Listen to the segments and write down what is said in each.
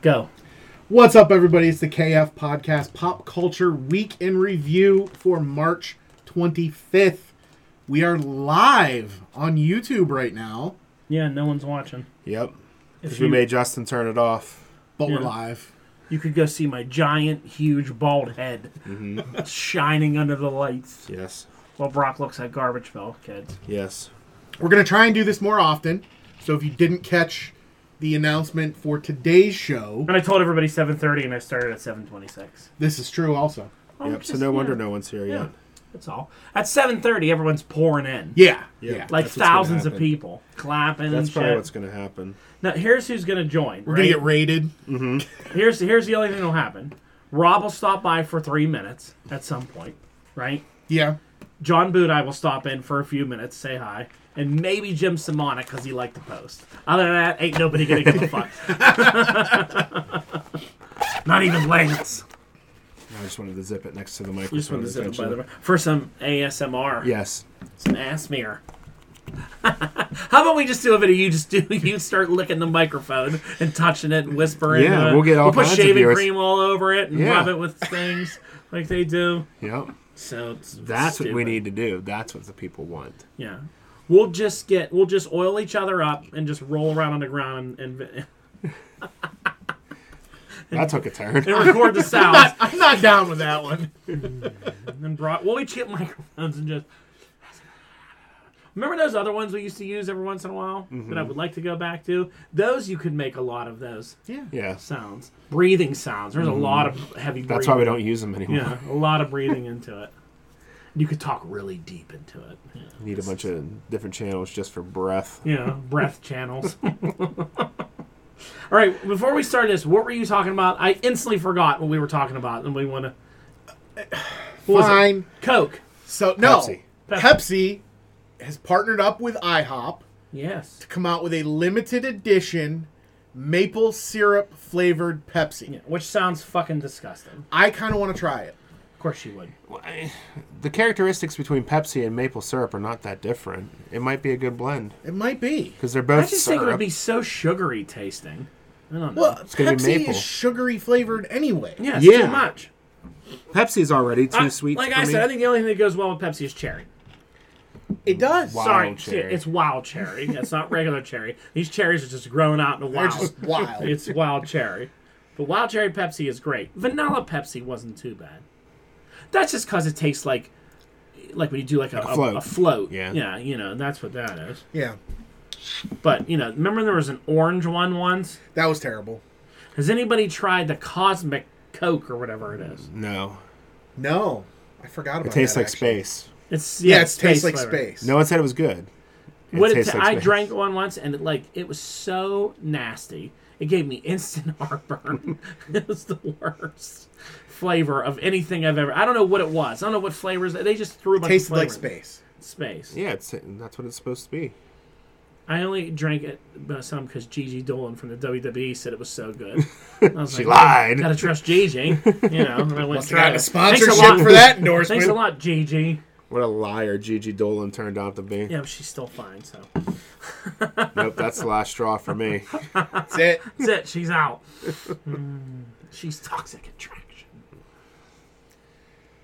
Go. What's up, everybody? It's the KF Podcast Pop Culture Week in Review for March 25th. We are live on YouTube right now. Yeah, no one's watching. Yep. Because If we you, made Justin turn it off. But we're Yeah. live. you could go see my giant, huge, bald head Mm-hmm. shining under the lights Yes. while Brock looks like Garbage Pail Kids. Yes. We're going to try and do this more often. So if you didn't catch the announcement for today's show, And I told everybody 7.30 and I started at 7.26. this is true also. Oh, yep. So just- no yeah, wonder no one's here Yeah, yet. that's all. At 7.30, everyone's pouring in. Yeah. Yeah. Yeah. Like that's what's gonna thousands of happen. people clapping That's and probably shit. what's going to happen. Now, here's who's going to join. We're right? going to get raided. Here's here's the only thing that'll happen. Rob will stop by for three minutes at some point, right? Yeah. John Budai will stop in for a few minutes, say hi, and maybe Jim Simonic because he liked the post. Other than that, ain't nobody gonna give a fuck. Not even Lance. I just wanted to zip it next to the microphone. We just wanted to zip it by essentially. the for some ASMR, Yes. some ass mirror. How about we just do a video? You just do you start licking the microphone and touching it and whispering. Yeah, uh, we'll get all We'll kinds put of shaving viewers. cream all over it and Yeah. rub it with things like they do. Yep. So it's That's what we stupid. need to do. That's what the people want. Yeah. We'll just get we'll just oil each other up and just roll around on the ground and, and, That took a turn. and record the sounds I'm not down with that one. and then brought we'll each get microphones and just Remember those other ones we used to use every once in a while that Mm-hmm. I would like to go back to? Those you could make a lot of those Yeah. Yeah. sounds. Breathing sounds. There's a lot of heavy breathing. Mm-hmm. That's why we don't use them anymore. Yeah, a lot of breathing into it. You could talk really deep into it. Yeah. Need a bunch of different channels just for breath. Yeah, breath channels. All right, before we start this, what were you talking about? I instantly forgot what we were talking about, and we want to. What was it? Fine. Coke. So, no. Pepsi. Pepsi has partnered up with IHOP. Yes. come out with a limited edition maple syrup flavored Pepsi. Yeah, which sounds fucking disgusting. I kind of want to try it. Of course you would. Well, I- The characteristics between Pepsi and maple syrup are not that different. It might be a good blend It might be. because they're I both just syrup. think it would be so sugary tasting. I don't know. Well, gonna be Pepsi maple. is sugary flavored anyway. yeah, it's yeah. too much. Pepsi's already too I- sweet. Like for I me. said, I think the only thing that goes well with Pepsi is cherry. It does. Wow. Sorry, Wild cherry. it's wild cherry. It's not regular cherry. These cherries are just grown out in the They're wild. just wild. It's wild cherry. But wild cherry Pepsi is great. Vanilla Pepsi wasn't too bad. That's just because it tastes like, like when you do like a, a- float. a float. Yeah. Yeah, you know, that's what that is. yeah. But, you know, remember there was an orange one once? That was terrible. Has anybody tried the Cosmic Coke or whatever it is? no. No. I forgot about It tastes that, like actually. space. It's Yeah, yeah, it it's tastes space like flavored. space. No one said it was good. What it tastes ta- like I space. drank one once and it like it was so nasty. It gave me instant heartburn. it was the worst flavor of anything I've ever. I don't know what it was. I don't know what flavors. They just threw a bunch Tasted of like flavors. space. Space. Yeah, it's that's what it's supposed to be. I only drank it uh, some because Gigi Dolan from the WWE said it was so good. I was She like, lied. Gotta trust Gigi. You know, and I went Got tried a it. sponsorship Thanks a lot for that Thanks a endorsement. lot, Gigi. What a liar Gigi Dolan turned out to be. Yeah, but she's still fine. So Nope, that's the last straw for me. That's it. that's it. She's out. Mm, she's toxic attraction.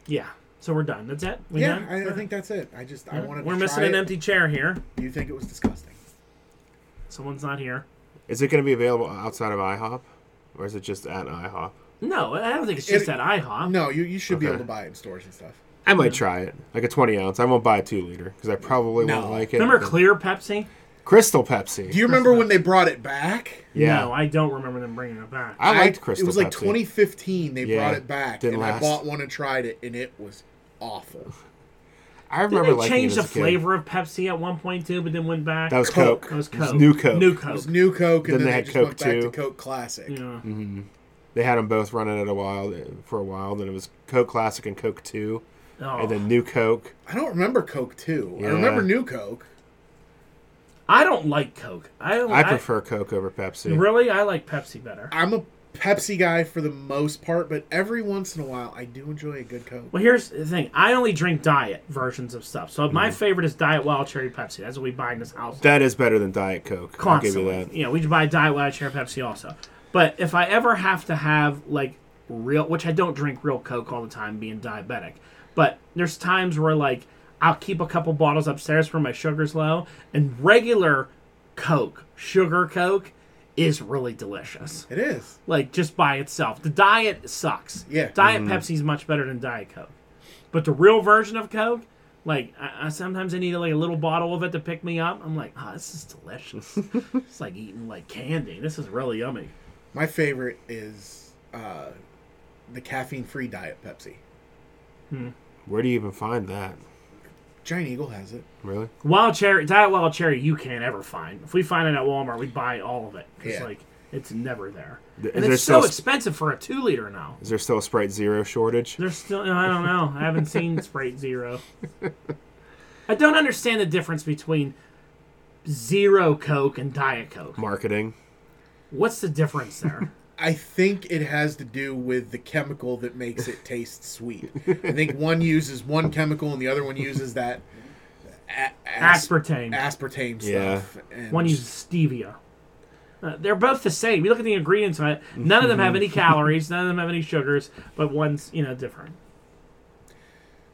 Yeah. So we're done. That's it. We Yeah, done? I, I think that's it. I just I wanted. we're to missing try an it. empty chair here. You think it was disgusting? Someone's not here. Is it going to be available outside of IHOP, or is it just at IHOP? No, I don't think it's just It- at IHOP. No, you you should be Okay. able to buy it in stores and stuff. I might try it, like a twenty ounce. I won't buy a two liter because I probably No. won't like it. Remember clear Pepsi? Crystal Pepsi? Do you remember when they brought it back? yeah, No, I don't remember them bringing it back. I liked I- It Crystal. was like Pepsi. 2015. They Yeah, brought it back, didn't and I last. bought one and tried it, and it was awful. I Didn't remember they liking change it the as a kid. flavor of Pepsi at one point too, but then went back? That was Coke. Coke. That was It Coke. new Coke. New It Coke. was new Coke, and then, Then they they, had just went Coke, back to too. Coke Classic. Yeah. They had them both running at a while uh, for a while. Then it was Coke Classic and Coke Two, Oh. and then New Coke. I don't remember Coke Two. I Yeah. remember New Coke. Oh. I don't like Coke. I don't. I prefer Coke over Pepsi. Really, I like Pepsi better. I'm a Pepsi guy for the most part, but every once in a while, I do enjoy a good Coke. Well, here's the thing. I only drink diet versions of stuff. So Mhm. my favorite is Diet Wild Cherry Pepsi. That's what we buy in this house. That is better than Diet Coke. I'll give you Constantly. that. You know, we buy Diet Wild Cherry Pepsi also. But if I ever have to have like real, which I don't drink real Coke all the time, being diabetic, but there's times where like I'll keep a couple bottles upstairs where my sugar's low, and regular Coke, sugar Coke, is really delicious. It is. Like just by itself, the diet sucks. Yeah. diet Mm-hmm. Pepsi's much better than diet Coke, but the real version of Coke. Like I, I sometimes I need like a little bottle of it to pick me up. I'm like, ah, this is delicious. it's like eating like candy. This is really yummy. My favorite is uh, the caffeine-free diet Pepsi. Where do you even find that? Giant Eagle has it. Really? Wild cherry, diet wild cherry, you can't ever find. If we find it at Walmart, we buy all of it. It's Yeah. like it's never there, Th- and is it's there still so s- expensive for a two liter now. Is there still a Sprite Zero shortage? There's still, I don't know. I haven't seen Sprite Zero. I don't understand the difference between zero Coke and Diet Coke. Marketing. What's the difference there? I think it has to do with the chemical that makes it taste sweet. I think one uses one chemical and the other one uses that a- as- Aspartame. aspartame Yeah. stuff. And One uses stevia. Uh, they're both the same. You look at the ingredients on it. None of them have any calories. None of them have any sugars. But one's you know different.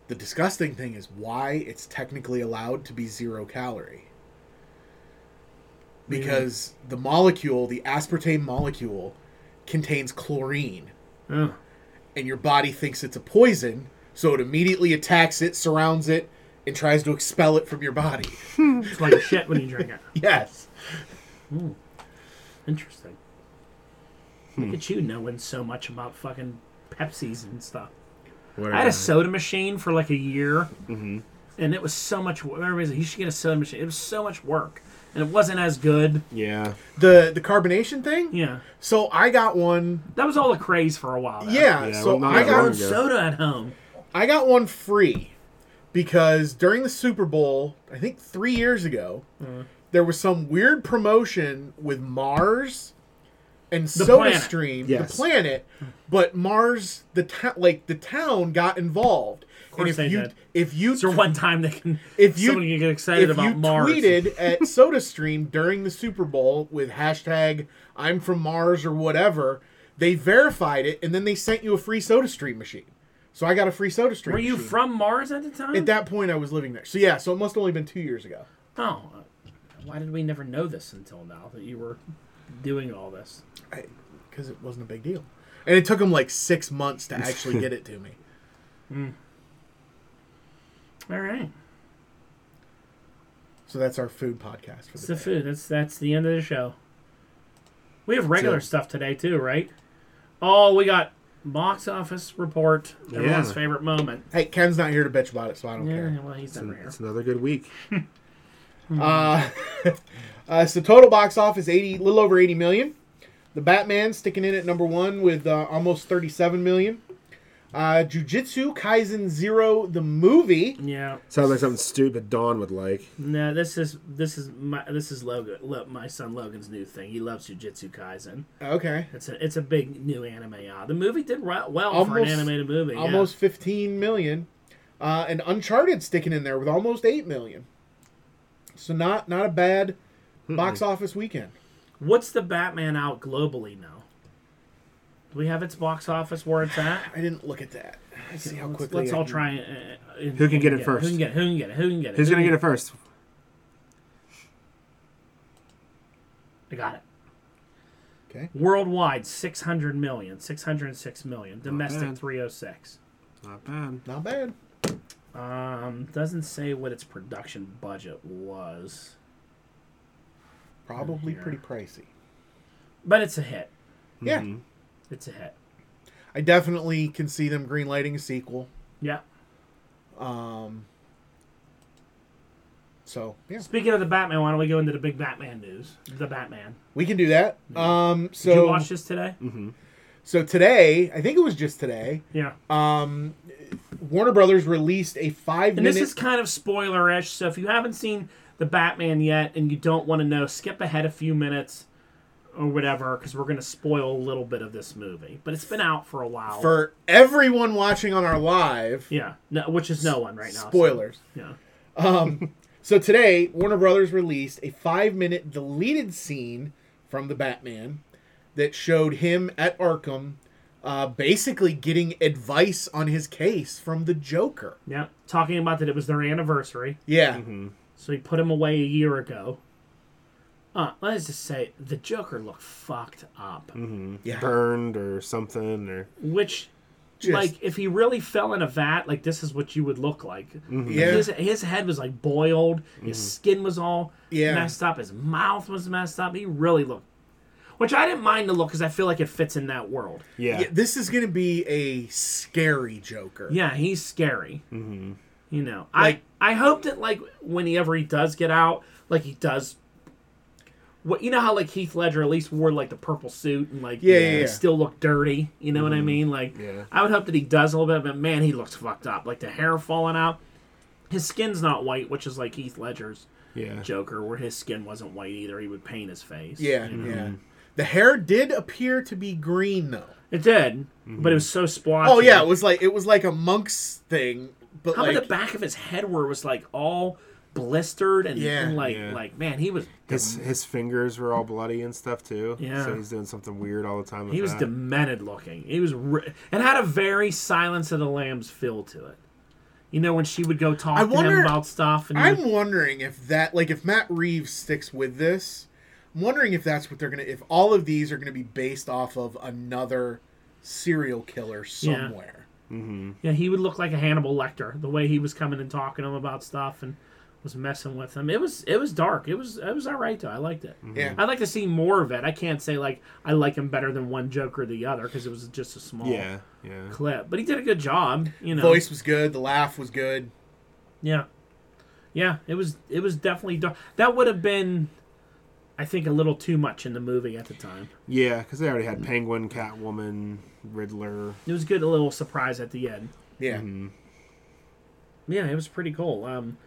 the disgusting thing is why it's technically allowed to be zero calorie. Because the molecule, the aspartame molecule, contains chlorine, Ugh. and your body thinks it's a poison, so it immediately attacks it, surrounds it, and tries to expel it from your body. It's like shit when you drink it. Yes. Interesting. Look at you knowing so much about fucking Pepsis and stuff. I had a soda machine for like a year, and it was so much. wo- Everybody's like, "You should get a soda machine." It was so much work, and it wasn't as good. Yeah. The the carbonation thing? Yeah, So I got one. that was all the craze for a while. though. Yeah, Yeah, so well, not I that got long Own soda at home. I got one free because during the Super Bowl, I think three years ago, Mm-hmm. there was some weird promotion with Mars and planet. SodaStream, Yes. the planet, but Mars, the ta- like the town got involved. Of course and if they you did. if you So one time they can, If you- someone can get excited if you about Mars. tweeted at SodaStream during the Super Bowl with hashtag I'm from Mars or whatever, they verified it and then they sent you a free SodaStream machine. So I got a free SodaStream. Were you machine. from Mars at the time? At that point, I was living there. So yeah, so it must have only been two years ago. oh, why did we never know this until now that you were doing all this? Because it wasn't a big deal. And it took them like six months to actually get it to me. All right. So that's our food podcast for It's the the day. food. That's that's the end of the show. We have regular So- stuff today too, right? Oh, we got box office report. Everyone's Yeah. favorite moment. Hey, Ken's not here to bitch about it, so I don't Yeah, care. well, he's never here. It's another good week. Uh, uh, so total box office eighty, little over eighty million. The Batman sticking in at number one with uh, almost thirty-seven million. Uh, Jujutsu Kaisen Zero, the movie. Yeah, Sounds like something stupid Dawn would like. no, this is this is my this is Logan, Lo, my son Logan's new thing. He loves Jujutsu Kaisen. Okay, It's a it's a big new anime. Uh, the movie did well, well for an Almost- animated movie. yeah. almost fifteen million. Uh, and Uncharted sticking in there with almost eight million. So not not a bad box office weekend. What's the Batman out globally now? Do we have its box office where it's at? I didn't look at that. Let's see how Let's- quickly. Let's I all can- try. Uh, uh, Who can get it Who first? can get it? Who can get it? Who can get it? Who's Who gonna can- get it first? I got it. Okay. Worldwide, 600 million, 606 million. Domestic, bad. 306. Not bad. Not bad. Um, doesn't say what its production budget was, Probably Yeah. pretty pricey. but it's a hit. Yeah, Mm-hmm. It's a hit. I definitely can see them greenlighting a sequel. Yeah. Um. So yeah, Speaking of the Batman, why don't we go into the big Batman news? The Batman. we can do that. Um. So Did you watch this today? Mm-hmm. so today, I think it was just today. Yeah. Um, Warner Brothers released a and five minute. this is kind of spoilerish, so if you haven't seen the Batman yet and you don't want to know, skip ahead a few minutes or whatever, because we're going to spoil a little bit of this movie. But it's been out for a while. for everyone watching on our live. Yeah, no, which is no one right now. so- Spoilers. yeah. So today, Warner Brothers released a five minute deleted scene from the Batman that showed him at Arkham uh, basically getting advice on his case from the Joker. Yeah, talking about that it was their anniversary, Yeah. so he put him away a year ago. Uh, let's just say the Joker looked fucked up. Yeah. Burned or something or Which, Just- like, if he really fell in a vat, like this is what you would look like. Mm-hmm. Yeah. Mm-hmm. His, his head was like boiled. His skin was all Yeah. messed up. His mouth was messed up. He really looked, which I didn't mind the look because I feel like it fits in that world. yeah. Yeah, This is going to be a scary Joker. Yeah, he's scary. Mm-hmm. You know, Like- I I hope that like whenever he does get out, like he does. What you know how like Heath Ledger at least wore like the purple suit and like Yeah, yeah, Mm-hmm. yeah. still looked dirty. You know what I mean? Like Yeah. I would hope that he does a little bit, but man, he looks fucked up. Like the hair falling out. His skin's not white, which is like Heath Ledger's Yeah. Joker, where his skin wasn't white either. He would paint his face. Yeah. you know? yeah. The hair did appear to be green though. it did, but it was so splotchy. Oh yeah, it was like it was like a monk's thing, but How like about the back of his head where it was like all blistered and, Yeah. and, like Yeah. like man he was His his fingers were all bloody and stuff too. Yeah. So he's doing something weird all the time. With he was Uh, that. demented looking he was re- and had a very Silence of the Lambs feel to it. You know when she would go talk I to wonder- him about stuff and he would- I'm wondering if that like if Matt Reeves sticks with this, I'm wondering if that's what they're gonna if all of these are gonna be based off of another serial killer somewhere. yeah he would look like a Hannibal Lecter the way he was coming and talking to him about stuff and was messing with him. It was it was dark. It was it was all right though. I liked it. Mm-hmm. Yeah. I'd like to see more of it. I can't say like I like him better than one Joker or the other because it was just a small Yeah. Yeah. clip. But he did a good job. You know, Voice was good, the laugh was good. Yeah, yeah. It was it was definitely dark. That would have been, I think, a little too much in the movie at the time. Yeah. Because they already had Penguin, Catwoman, Riddler. It was good, a little surprise at the end. Yeah. Mm-hmm. Yeah, it was pretty cool. Um,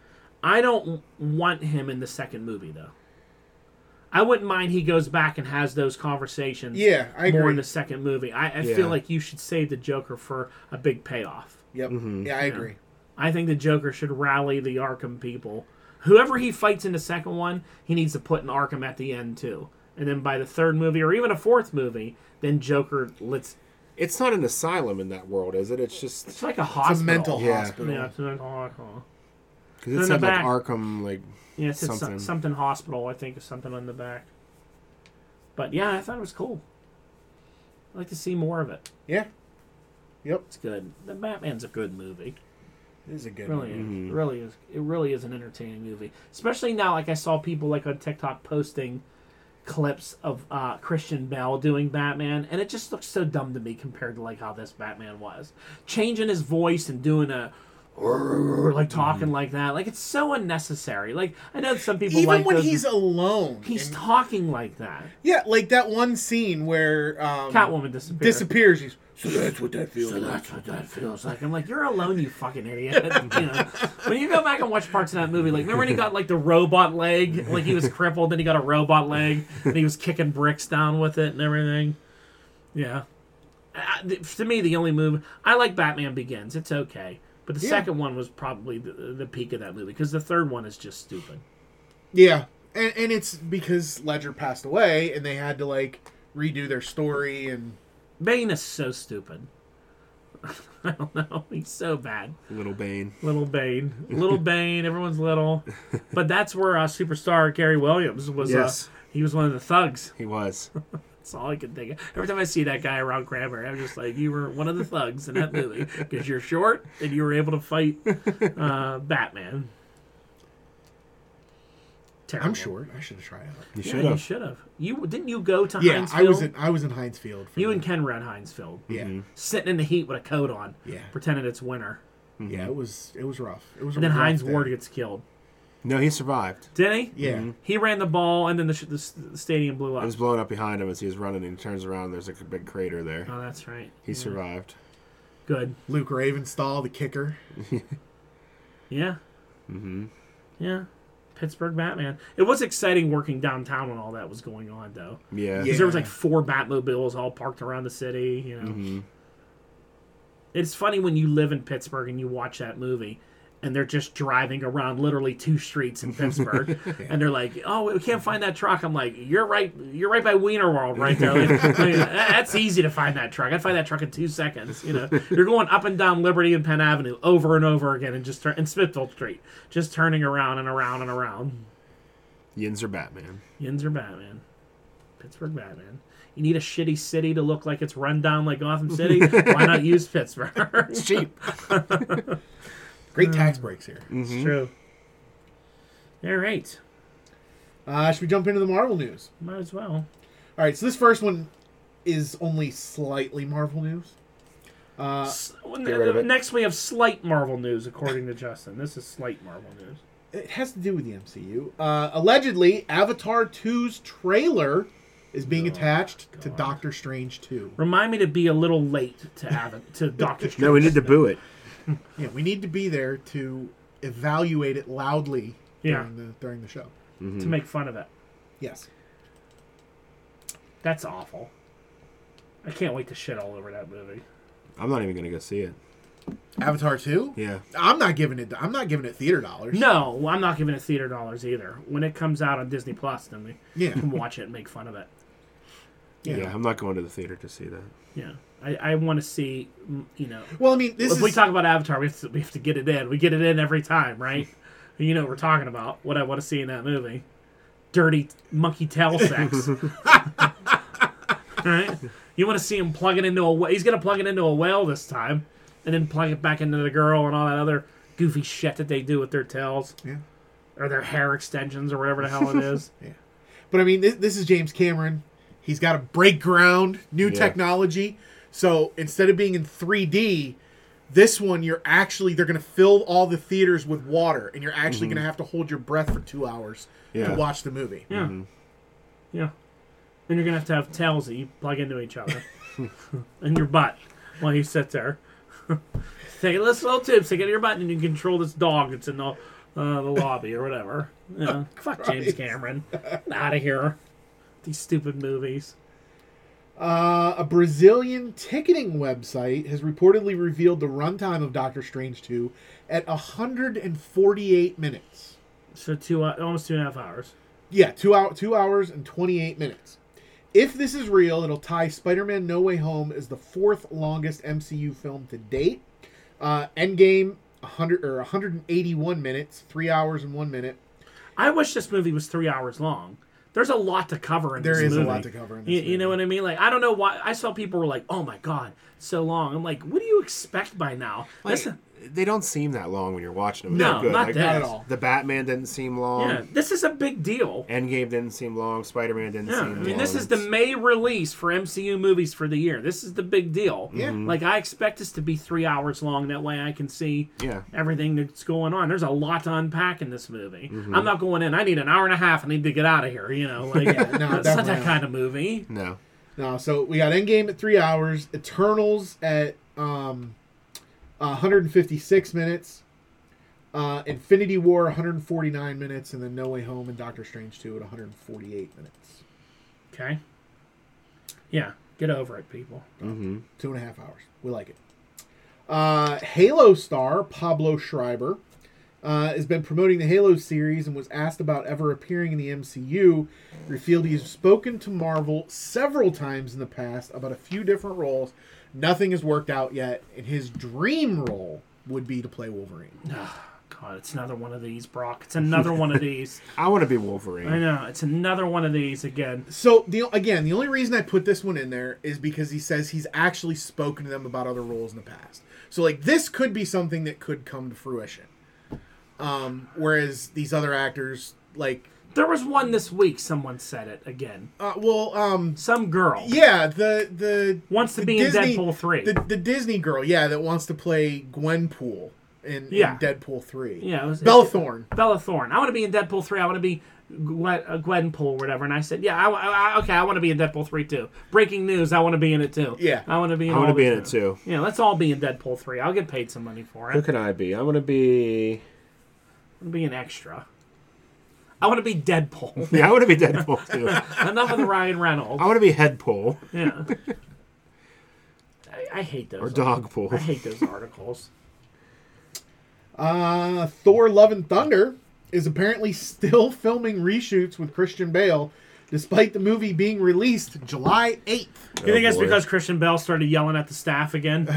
I don't want him in the second movie though. I wouldn't mind he goes back and has those conversations. Yeah, I more agree. in the second movie. I, I Yeah. feel like you should save the Joker for a big payoff. Yep. mm-hmm. Yeah, I agree. I think the Joker should rally the Arkham people. Whoever he fights in the second one, he needs to put in Arkham at the end too. And then by the third movie or even a fourth movie, then Joker let's It's not an asylum in that world, is it? It's just it's like a It's hospital. a mental Yeah. hospital. Yeah, it's like a hospital. because it in the said like back. Arkham, like Yeah, it's something. Something. Some, something hospital, I think, is something on the back. But yeah, I thought it was cool. I'd like to see more of it. Yeah. Yep. It's good. The Batman's a good movie. It is a good Really, one. is. It really is. It really is an entertaining movie, especially now. Like I saw people like on TikTok posting clips of uh, Christian Bell doing Batman, and it just looks so dumb to me compared to like how this Batman was, changing his voice and doing a. "Rrrr," Like talking like that, like it's so unnecessary. Like I know some people Even like when those- he's alone. he's and- talking like that. yeah, like that one scene where um Catwoman disappears. disappears. He's so that's what that feels So like. that's what that feels like. I'm like, you're alone, you fucking idiot. you know, when you go back and watch parts of that movie, like remember when he got like the robot leg, like he was crippled, then he got a robot leg, and he was kicking bricks down with it and everything. Yeah, I, I- to me, the only movie I like Batman Begins. It's okay, but the Yeah. second one was probably the, the peak of that movie because the third one is just stupid. Yeah, and and it's because Ledger passed away, and they had to like redo their story, and Bane is so stupid. I don't know. He's so bad. Little Bane. Little Bane, little Bane, everyone's little, but that's where uh, superstar Gary Williams was. Yes. Uh, he was one of the thugs. He was. That's all I can think of. Every time I see that guy around Grammar, I'm just like, you were one of the thugs in that movie because you're short and you were able to fight uh, Batman. Terrible. I'm short. I should have tried out. You Yeah, should you have. should have. You didn't you go to Yeah, Hinesfield? I was in I was in Hinesfield. For you that. and Ken Red Hinesfield yeah, sitting in the heat with a coat on, yeah, pretending it's winter. yeah. It was it was rough. It was. And then rough Heinz day. Ward gets killed. No, he survived. Did he? Yeah, He ran the ball, and then the, sh- the, s- the stadium blew up. It was blowing up behind him as he was running, and he turns around. and there's like a big crater there. oh, that's right. He survived. Good. Luke Ravenstall, the kicker. Yeah. Mm-hmm. Yeah. Pittsburgh Batman. It was exciting working downtown when all that was going on, though. Yeah. Yeah. Because there was like four Batmobiles all parked around the city. You know, it's funny when you live in Pittsburgh and you watch that movie, and they're just driving around literally two streets in Pittsburgh, and they're like, "Oh, we can't find that truck." I'm like, "You're right. You're right by Wiener World, right there. Like, like, that- that's easy to find that truck. I'd find that truck in two seconds. You know, you're going up and down Liberty and Penn Avenue over and over again, and just turn and Smithville Street, just turning around and around and around. Yins or Batman. Yins or Batman, Pittsburgh Batman. You need a shitty city to look like it's run down like Gotham City. Why not use Pittsburgh? It's cheap. Great Uh, tax breaks here. Mm-hmm. It's true. All right. Uh, should we jump into the Marvel news? Might as well. All right, so this first one is only slightly Marvel news. S- well, Uh, Get rid of it. next, we have slight Marvel news, according to Justin. This is slight Marvel news. It has to do with the MCU. Uh, allegedly, Avatar 2's trailer is being attached to Oh, God. Doctor Strange 2. Remind me to be a little late to Ava- to Doctor Strange. No, we need to boo it. Yeah, we need to be there to evaluate it loudly Yeah. during, the, during the show. to Mm-hmm. make fun of it. Yes. That's awful. I can't wait to shit all over that movie. I'm not even gonna go see it. Avatar 2? Yeah. I'm not giving it I'm not giving it theater dollars. No, well, I'm not giving it theater dollars either. When it comes out on Disney Plus, then we Yeah. can watch it and make fun of it. yeah, Yeah. I'm not going to the theater to see that. Yeah, I, I want to see. mm, You know, Well, I mean, this if is we talk about Avatar, we have, to, we have to get it in. We get it in every time, right? you know what we're talking about. What I want to see in that movie: dirty monkey tail sex. right? You want to see him plug it into a wh- he's gonna plug it into a whale this time, and then plug it back into the girl and all that other goofy shit that they do with their tails Yeah. or their hair extensions or whatever the hell it is. But I mean, this, this is James Cameron. He's got to break ground, new Yeah. technology. So instead of being in 3D, this one you're actually they're going to fill all the theaters with water, and you're actually going to have to hold your breath for two hours Mm-hmm. Yeah. to watch the movie. Yeah, yeah. And you're gonna have to have tails that you plug into each other in your butt while you sit there. Take a little tube, stick it in your butt, and you control this dog that's in the uh, the lobby or whatever. Yeah. Oh, Fuck James Cameron, out of here. These stupid movies. Uh, a Brazilian ticketing website has reportedly revealed the runtime of Doctor Strange 2 at 148 minutes. So two uh, almost two and a half hours. Yeah, two hour, two hours and twenty eight minutes. If this is real, it'll tie Spider-Man: No Way Home as the fourth longest MCU film to date. Uh, Endgame, hundred or one hundred and eighty one minutes, three hours and one minute. I wish this movie was three hours long. There's a lot to cover in There this is movie. a lot to cover in this. You, you know movie. what I mean? Like I don't know why. I saw people were like, "Oh my god, so long." I'm like, "What do you expect by now?" Like, That's- they don't seem that long when you're watching them. No, They're good. not Like, that. Not at all. The Batman didn't seem um, long. Yeah, this is a big deal. Endgame didn't seem long. Spider Man didn't Yeah, I seem long. mean, this is the May release for MCU movies for the year. This is the big deal. Yeah. Mhm. Like, I expect this to be three hours long. That way I can see Yeah. everything that's going on. There's a lot to unpack in this movie. Mm-hmm. I'm not going in. I need an hour and a half. I need to get out of here. You know, like, it's not definitely that not. kind of movie. No. No, so we got Endgame at three hours, Eternals at um, one hundred and fifty six minutes, uh, Infinity War one hundred and forty nine minutes, and then No Way Home and Doctor Strange two at one hundred and forty eight minutes, Okay. Yeah. Get over it, people. two and a half hours. We like it. Uh, Halo star Pablo Schreiber uh, has been promoting the Halo series and was asked about ever appearing in the MCU. Revealed he's spoken to Marvel several times in the past about a few different roles. Nothing has worked out yet, and his dream role would be to play Wolverine. God, it's another one of these, Brock. It's another one of these. I want to be Wolverine. I know. It's another one of these again. So the again, the only reason I put this one in there is because he says he's actually spoken to them about other roles in the past. So like this could be something that could come to fruition. Um, whereas these other actors, like, There was one this week. Someone said it again. uh, well, um, Some girl. Yeah, the the Wants to the be in Deadpool 3. The, the Disney girl, yeah, that wants to play Gwenpool in, Yeah. in Deadpool three. Yeah, it was- Bellthorn. Bella Thorne. I want to be in Deadpool three. I want to be Gwen, uh, Gwenpool or whatever. And I said, yeah, I, I, I- okay, I want to be in Deadpool three too. Breaking news, I want to be in it too. Yeah. I want to be. in I want all to be these in it too. Yeah, let's all be in Deadpool three. I'll get paid some money for Who it. can I be? I want to be. I'll be an extra. I want to be Deadpool. Yeah, I want to be Deadpool too. Enough of the Ryan Reynolds. I want to be Headpool Yeah. I, I hate those. or I Dogpool. hate those articles. Uh, Thor: Love and Thunder is apparently still filming reshoots with Christian Bale, despite the movie being released July eighth. You think Oh, that's boy. because Christian Bell started yelling at the staff again?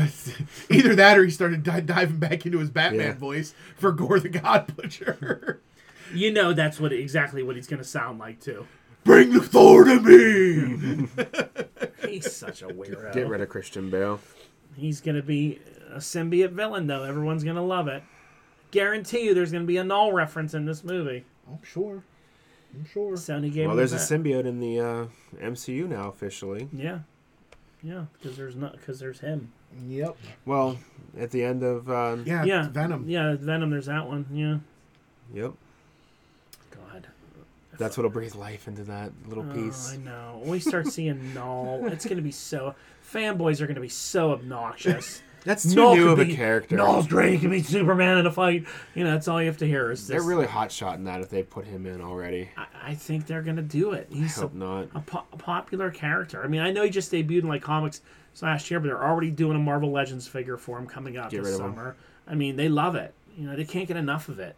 Either that, or he started di- diving back into his Batman Yeah. voice for Gore the God Butcher. You know that's what exactly what he's going to sound like too. Bring the Thor to me. He's such a weirdo. Get rid of Christian Bale. He's going to be a symbiote villain though. Everyone's going to love it. Guarantee you, there's going to be a null reference in this movie. I'm sure. I'm sure. Sony gave. Well, him there's a that. symbiote in the uh, MCU now officially. Yeah, yeah, because there's not because there's him. Yep. Well, at the end of um, Yeah. yeah, Venom. Yeah, Venom. There's that one. Yeah. yep, God. that's what'll breathe life into that little Oh, piece. I know. When we start seeing Null, it's going to be so. Fanboys are going to be so obnoxious. That's too Null new could of a be- character. Null's great. He can beat Superman in a fight. You know, that's all you have to hear is They're this. really hot shotting that if they put him in already. I, I think they're going to do it. He's hope a, not. a po- a popular character. I mean, I know he just debuted in like comics last year, but they're already doing a Marvel Legends figure for him coming out Get this rid of him. summer. I mean, they love it. You know, they can't get enough of it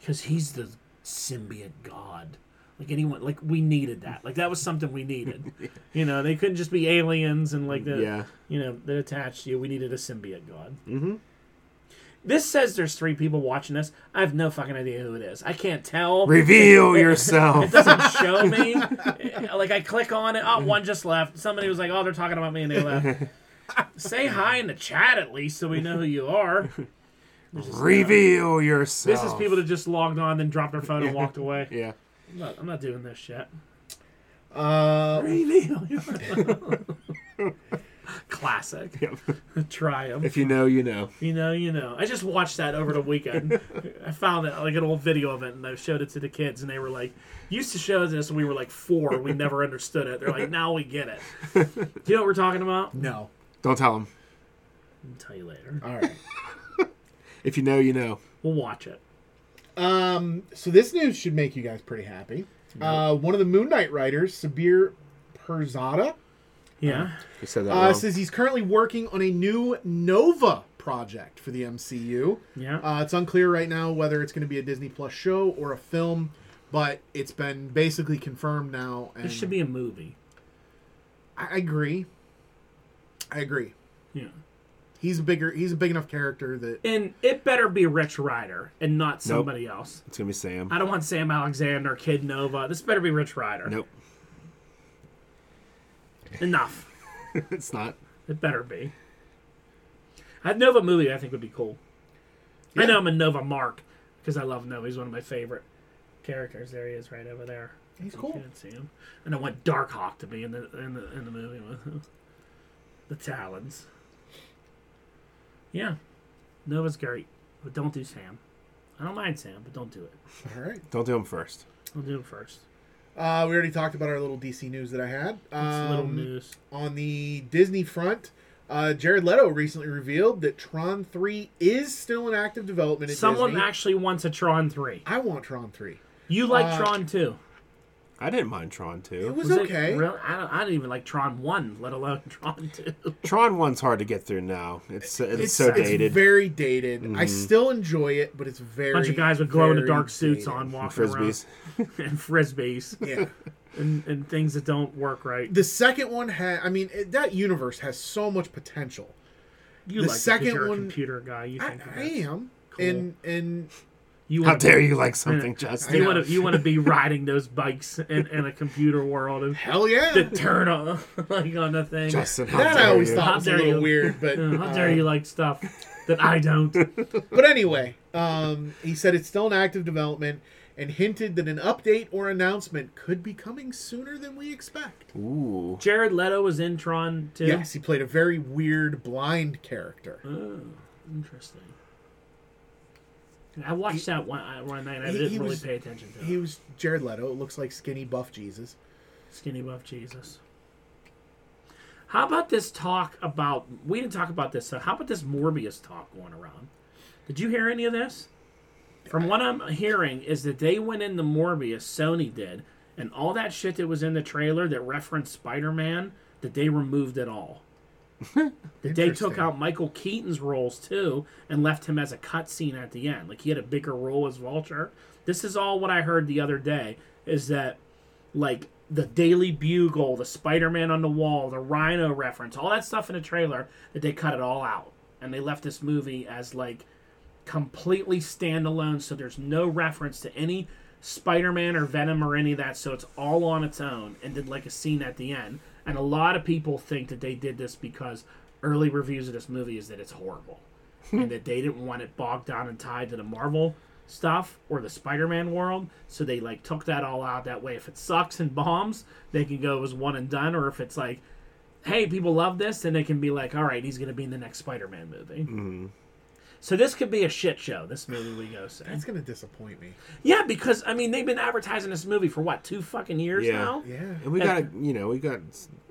because he's the symbiote god. Like anyone, like we needed that. Like that was something we needed. You know, they couldn't just be aliens and like the, Yeah. you know, that attached to you. We needed a symbiote god. Mm-hmm. This says there's three people watching this. I have no fucking idea who it is. I can't tell. Reveal yourself. doesn't show me. eh, like I click on it. Oh, one just left. Somebody was like, "Oh, they're talking about me," and they left. Say hi in the chat at least, so we know who you are. Reveal yourself. This is people that just logged on, then dropped their phone and walked away. Oh. Yeah. I'm not, I'm not doing this shit. Uh, Reveal yourself. Classic. Triumph. If you know, you know. You know, you know. I just watched that over the weekend. I found it like an old video of it, and I showed it to the kids, and they were like, "Used to show this when we were like four. We never understood it. They're like, now we get it. Do you know what we're talking about? no. Don't tell him. I'll tell you later. All right. If you know, you know. We'll watch it. Um, so this news should make you guys pretty happy. Uh, one of the Moon Knight writers, Sabir Perzada, Yeah, You said Oh, that uh, wrong. says he's currently working on a new Nova project for the MCU. yeah. Uh, it's unclear right now whether it's going to be a Disney Plus show or a film, but it's been basically confirmed now. And this should be a movie. I I agree. I agree. Yeah, He's a bigger. He's a big enough character that and it better be Rich Rider and not somebody else. it's gonna be Sam. I don't want Sam Alexander, Kid Nova. This better be Rich Rider. Nope, Enough. it's not. It better be. A Nova movie, I think, would be cool. I know I'm a Nova Mark because I love Nova. He's one of my favorite characters. There he is, right over there. he's You cool. can't see him. And I want Darkhawk to be in the in the in the movie with him. the Talons. Yeah, Nova's great, but don't do Sam. I don't mind Sam, but don't do it. All right. Don't do him first. I'll do it first. Uh, we already talked about our little DC news that I had. It's a little Um, news. On the Disney front, uh, Jared Leto recently revealed that Tron 3 is still in active development at Someone Disney. actually wants a Tron three. I want Tron 3. You like Uh, Tron two? I didn't mind Tron It 2. was, okay. really? I don't. I didn't even like Tron One, let alone Tron Two. Tron 1's hard to get through now. It's uh, it's, so it's dated. Mm-hmm. very dated. I still enjoy it, but it's very. A bunch of guys with glow in the very dark suits dated. on, walking Frisbees. around, and frisbees, Yeah. and, and things that don't work right. The second one had. I mean, it, that universe has so much potential. You the like second it 'cause you're one- a computer guy. You I, think I that's- am. And and you How want dare you like something, Justin? You want to you want to be riding those bikes in, in a computer world and hell yeah. the turn on like on the thing. Justin, how that dare I always you. thought How was a dare little you. weird, but Uh, How uh, dare you like stuff that I don't? But anyway, um, he said it's still in active development and hinted that an update or announcement could be coming sooner than we expect. Ooh, Jared Leto was in Tron too. Yes, he played a very weird blind character. Oh, interesting. I watched that one, uh, one night. and I he- didn't he really was- pay attention to it. He was Jared Leto. It looks like skinny buff Jesus. Skinny buff Jesus. How about this talk about we didn't talk about this, so how about this Morbius talk going around? Did you hear any of this? From what I'm hearing is that they went in the Morbius, Sony did, and all that shit that was in the trailer that referenced Spider Man, that they removed it all. They took Interesting. out Michael Keaton's roles too and left him as a cutscene at the end. Like he had a bigger role as Vulture. This is all what I heard the other day is that like the Daily Bugle, the Spider Man on the wall, the Rhino reference, all that stuff in the trailer that they cut it all out and they left this movie as like completely standalone. So there's no reference to any Spider Man or Venom or any of that. So it's all on its own and did like a scene at the end. And a lot of people think that they did this because early reviews of this movie is that it's horrible and that they didn't want it bogged down and tied to the Marvel stuff or the Spider-Man world, so they like took that all out that way. If it sucks and bombs, they can go as one and done, or if it's like, hey, people love this, then they can be like, all right, he's gonna be in the next Spider-Man movie. Mm-hmm. So this could be a shit show. This movie we go see. That's gonna disappoint me. Yeah, because I mean they've been advertising this movie for what two fucking years Yeah. now. Yeah. And we got you know we got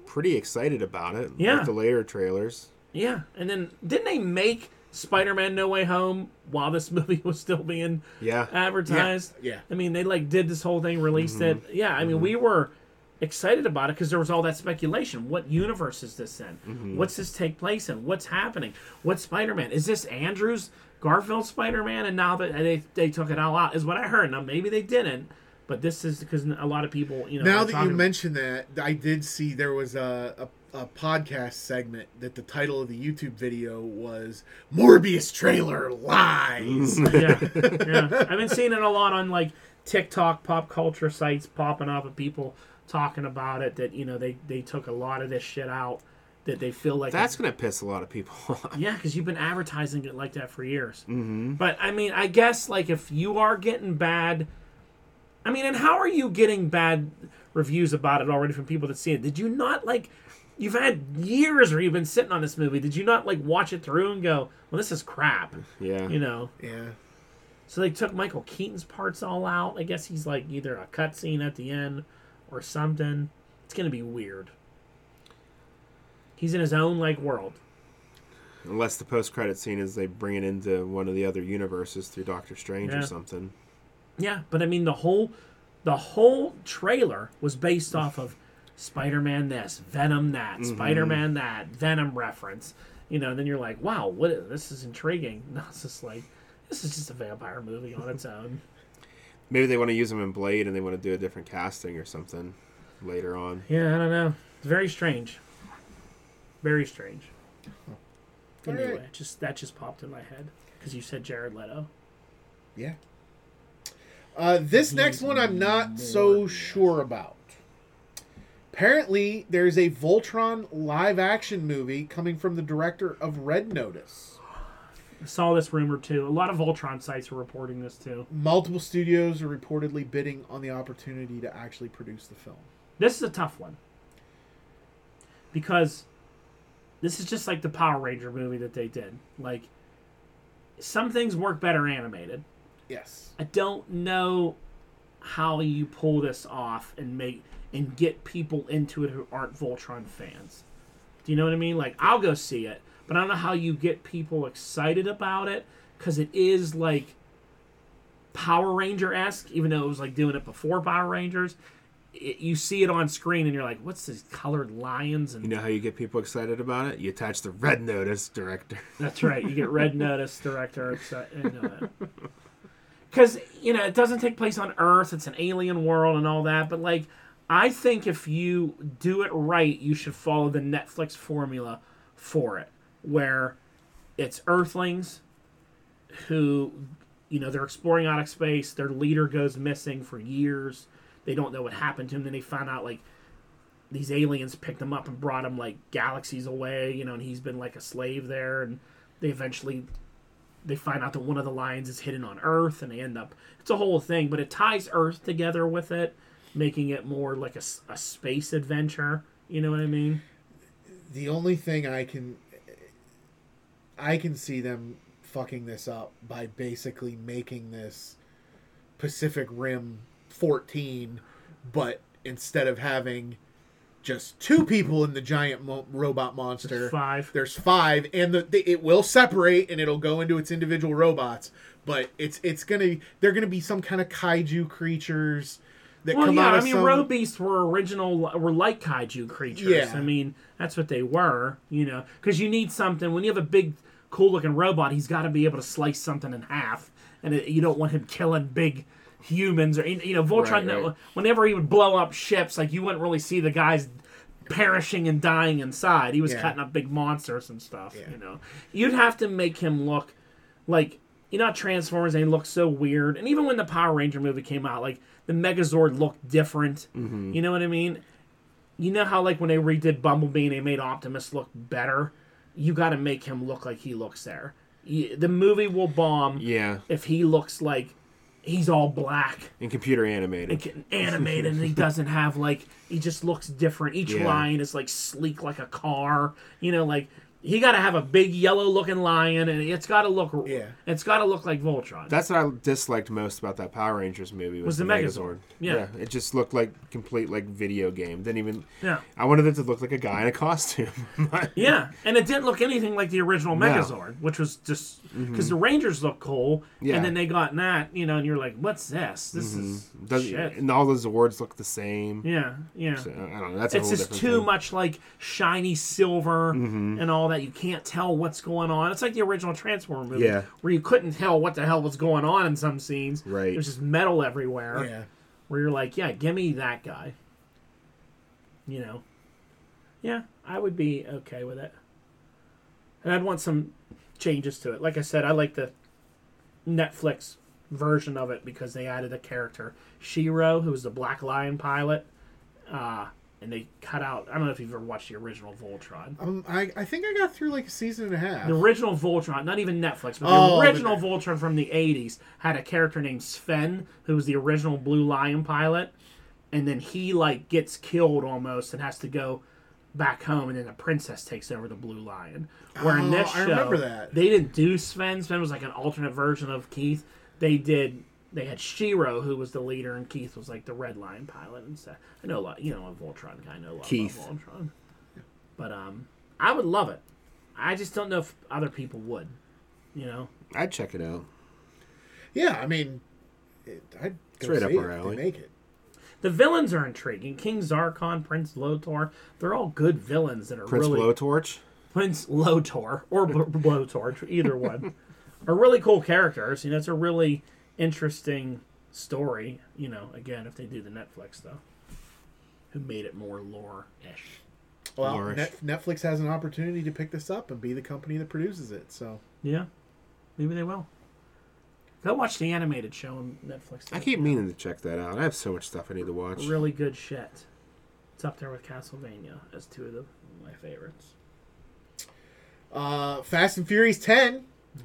pretty excited about it. Yeah. With the later trailers. Yeah, and then didn't they make Spider-Man No Way Home while this movie was still being Yeah. advertised? Yeah, yeah. I mean, they like did this whole thing, released Mm-hmm. it. Yeah, I mean, we were excited about it because there was all that speculation. What universe is this in? Mm-hmm. What's this take place in? What's happening? What Spider-Man is this? Andrews Garfield Spider-Man, and now that they they took it all out is what I heard. Now maybe they didn't, but this is because a lot of people, you know, Now are that you talking- mention that, I did see there was a, a, a podcast segment that the title of the YouTube video was Morbius Trailer Lies. yeah, yeah. I've been seeing it a lot on like TikTok pop culture sites popping up and people talking about it that you know they they took a lot of this shit out that they feel like That's gonna piss a lot of people off. yeah because you've been advertising it like that for years mm-hmm. but i mean i guess like if you are getting bad i mean and how are you getting bad reviews about it already from people that see it did you not like you've had years where you've been sitting on this movie did you not like watch it through and go well this is crap Yeah. you know yeah. so they took Michael Keaton's parts all out. I guess he's like either a cutscene at the end or something. It's gonna be weird. He's in his own like world. Unless the post credit scene is they bring it into one of the other universes through Doctor Strange Yeah. or something. Yeah, but I mean the whole the whole trailer was based off of Spider-Man this, Venom that, Spider-Man that, Venom reference. You know, then you're like, wow, what? Is, this is intriguing. No, it's just like this is just a vampire movie on its own. Maybe they want to use them in Blade and they want to do a different casting or something later on. yeah, I don't know. It's very strange. Very strange. Anyway, Alright. just that just popped in my head because you said Jared Leto. Yeah. Uh, this next one I'm not so sure about. Apparently, there's a Voltron live action movie coming from the director of Red Notice. I saw this rumor too. A lot of Voltron sites were reporting this too. Multiple studios are reportedly bidding on the opportunity to actually produce the film. This is a tough one because this is just like the Power Ranger movie that they did. Like some things work better animated. Yes. I don't know how you pull this off and make and get people into it who aren't Voltron fans. Do you know what I mean? Like I'll go see it, but I don't know how you get people excited about it because it is like Power Ranger esque, even though it was like doing it before Power Rangers. It, you see it on screen and you're like, "What's these colored lions?" And You know how you get people excited about it? You attach the red notice director. That's right. You get Red Notice director upset into it. Because, uh, you know, it doesn't take place on Earth. It's an alien world and all that. But, like, I think if you do it right, you should follow the Netflix formula for it, where it's Earthlings who, you know, they're exploring out of space. Their leader goes missing for years. They don't know what happened to him. Then they find out, like, these aliens picked him up and brought him like galaxies away, you know, and he's been like a slave there and they eventually they find out that one of the lions is hidden on Earth and they end up it's a whole thing, but it ties Earth together with it, making it more like a, s- a space adventure, you know what I mean? The only thing I can I can see them fucking this up by basically making this Pacific Rim 14 but instead of having just two people in the giant mo- robot monster Five. there's five and the, the it will separate and it'll go into its individual robots but it's it's gonna they're gonna be some kind of kaiju creatures that Well, come yeah, out I of mean, some- road beasts were original, were like kaiju creatures. Yeah. I mean, that's what they were, you know, because you need something. When you have a big, cool looking robot, he's got to be able to slice something in half, and it, you don't want him killing big humans or, you know, Voltron, uh, Right, right. whenever he would blow up ships, like, you wouldn't really see the guys perishing and dying inside. He was Yeah. cutting up big monsters and stuff, you know. You'd have to make him look like you know Transformers they look so weird, and even when the Power Ranger movie came out, like the Megazord looked different. You know what I mean? You know how like when they redid Bumblebee and they made Optimus look better, you got to make him look like he looks there. Y- The movie will bomb Yeah, if he looks like he's all black and computer animated. getting animated and he doesn't have like he just looks different each Yeah. lion is like sleek like a car you know like he got to have a big yellow looking lion and it's got to look Yeah. it's got to look like voltron That's what I disliked most about that Power Rangers movie was, Was the Megazord. Yeah. it just looked like complete like video game. Didn't even. yeah I wanted it to look like a guy in a costume. yeah and it didn't look anything like the original megazord which was just because the rangers look cool Mm-hmm. Yeah. Mm-hmm. and then they got in that you know and you're like what's this this is Doesn't- shit and all the Zords look the same. yeah yeah So, I don't know. That's a it's whole just different too thing. Mm-hmm. much like shiny silver and all that. You can't tell what's going on. It's like the original Transformer movie, Yeah. where you couldn't tell what the hell was going on in some scenes. Right. There's just metal everywhere. Yeah. Where you're like, yeah, give me that guy. You know. Yeah, I would be okay with it. And I'd want some changes to it. Like I said, I like the Netflix version of it because they added a character, Shiro, who was the Black Lion pilot, uh, and they cut out. I don't know if you've ever watched the original Voltron. Um, I, I think I got through like a season and a half. The original Voltron, not even Netflix, but the Oh, original the- Voltron from the 80s had a character named Sven, who was the original Blue Lion pilot. And then he, like, gets killed almost and has to go back home. And then the princess takes over the Blue Lion. Where in Oh, this show, I remember that. they didn't do Sven. Sven was, like, an alternate version of Keith. They did. They had Shiro, who was the leader, and Keith was like the Red Lion pilot and stuff. I know a lot, you know, a Voltron guy. I know a lot Keith. about Voltron. But um, I would love it. I just don't know if other people would. You know, I'd check it out. yeah, I mean, it, I'd go right up see our it if alley. They make it. the villains are intriguing. King Zarkon, Prince Lotor, they're all good villains that are Prince really Blowtorch. Prince Lotor or Bl- Blowtorch, either one, are really cool characters. You know, it's a really interesting story. You know, again, if they do the Netflix stuff, who made it more lore ish. Well, Flourish. Net, Netflix has an opportunity to pick this up and be the company that produces it. So Yeah, maybe they will. Go watch the animated show on Netflix. I keep meaning to check that out. I have so much stuff I need to watch. really good shit. It's up there with Castlevania as two of the, my favorites. uh, Fast and Furious 10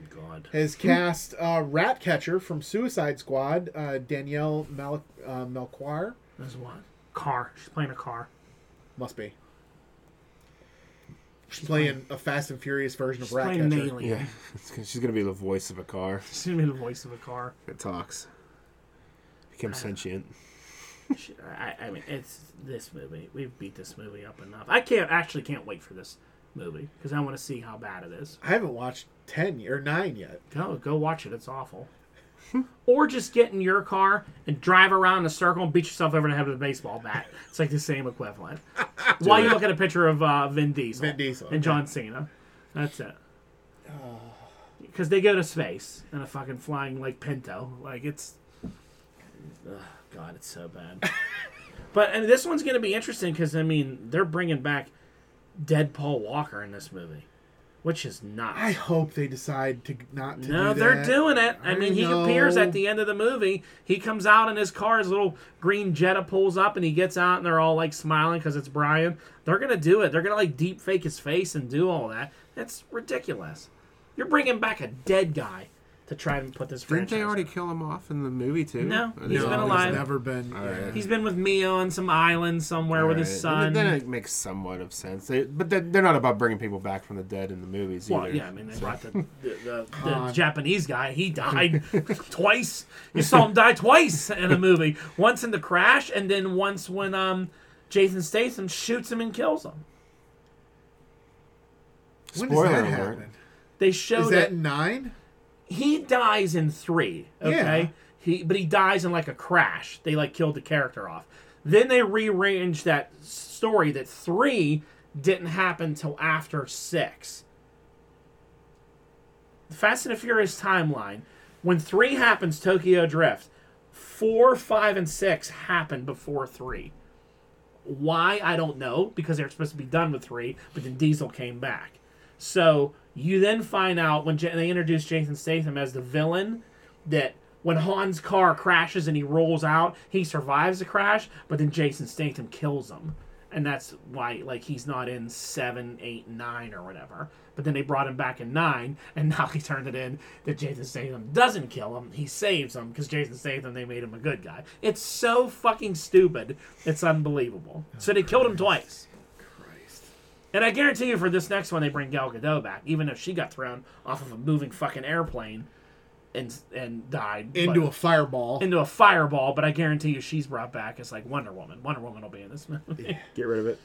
God. has cast uh, Ratcatcher from Suicide Squad, uh, Danielle Mal- uh, Melchior. There's one. Car. She's playing a car. Must be. She's playing a Fast and Furious version of She's playing an Ratcatcher. alien. Yeah, It's gonna- she's gonna be the voice of a car She's gonna be the voice of a car. that talks, becomes sentient. She- I, I mean, it's this movie. We've beat this movie up enough. I can't actually can't wait for this movie because I want to see how bad it is. I haven't watched 10 y- or 9 yet. Go go watch it. It's awful. or just get in your car and drive around in a circle and beat yourself over the head with a baseball bat. It's like the same equivalent. While you it. look at a picture of uh, Vin Diesel, Vin Diesel, and John Cena, that's it. Because they go to space in a fucking flying like Pinto, like it's. Ugh, God, it's so bad. but and this one's gonna be interesting because I mean they're bringing back dead Paul Walker in this movie, which is not. I hope they decide to not to No, do they're that. doing it. I, mean, he know. appears at the end of the movie. He comes out in his car. His little green Jetta pulls up, and he gets out, and they're all like smiling because it's Brian. They're gonna do it. They're gonna like deep fake his face and do all that. That's ridiculous. You're bringing back a dead guy to try and put this. Didn't they franchise already out. kill him off in the movie too? No, Or he's they- been No, alive. He's never been. yeah. He's been with Mio on some island somewhere with his Right. son. Then it makes somewhat of sense. They, but they're, they're not about bringing people back from the dead in the movies Well, either. yeah, I mean, they brought the, the, the, the God. Japanese guy. He died twice. You saw him die twice in a movie. Once in the crash, and then once when um, Jason Statham shoots him and kills him. When Spoiler does that alert. happen? They Is showed it. that nine? He dies in three. Okay. Yeah. He but he dies in like a crash. They like killed the character off. Then they rearranged that story that three didn't happen till after six. The Fast and the Furious timeline. When three happens, Tokyo Drift. Four, five, and six happened before three. Why I don't know because they're supposed to be done with three, but then Diesel came back. So you then find out when Ja- they introduce Jason Statham as the villain that when Han's car crashes and he rolls out, he survives the crash, but then Jason Statham kills him. And that's why, like, he's not in seven, eight, nine, or whatever. But then they brought him back in nine, and now he turned it in that Jason Statham doesn't kill him; he saves him because Jason Statham they made him a good guy. It's so fucking stupid; it's unbelievable. So they killed him twice. Oh, Christ. And I guarantee you, for this next one, they bring Gal Gadot back, even if she got thrown off of a moving fucking airplane and and died but- Into a fireball. into a fireball. But I guarantee you, she's brought back as like Wonder Woman. Wonder Woman will be in this movie. Get rid of it.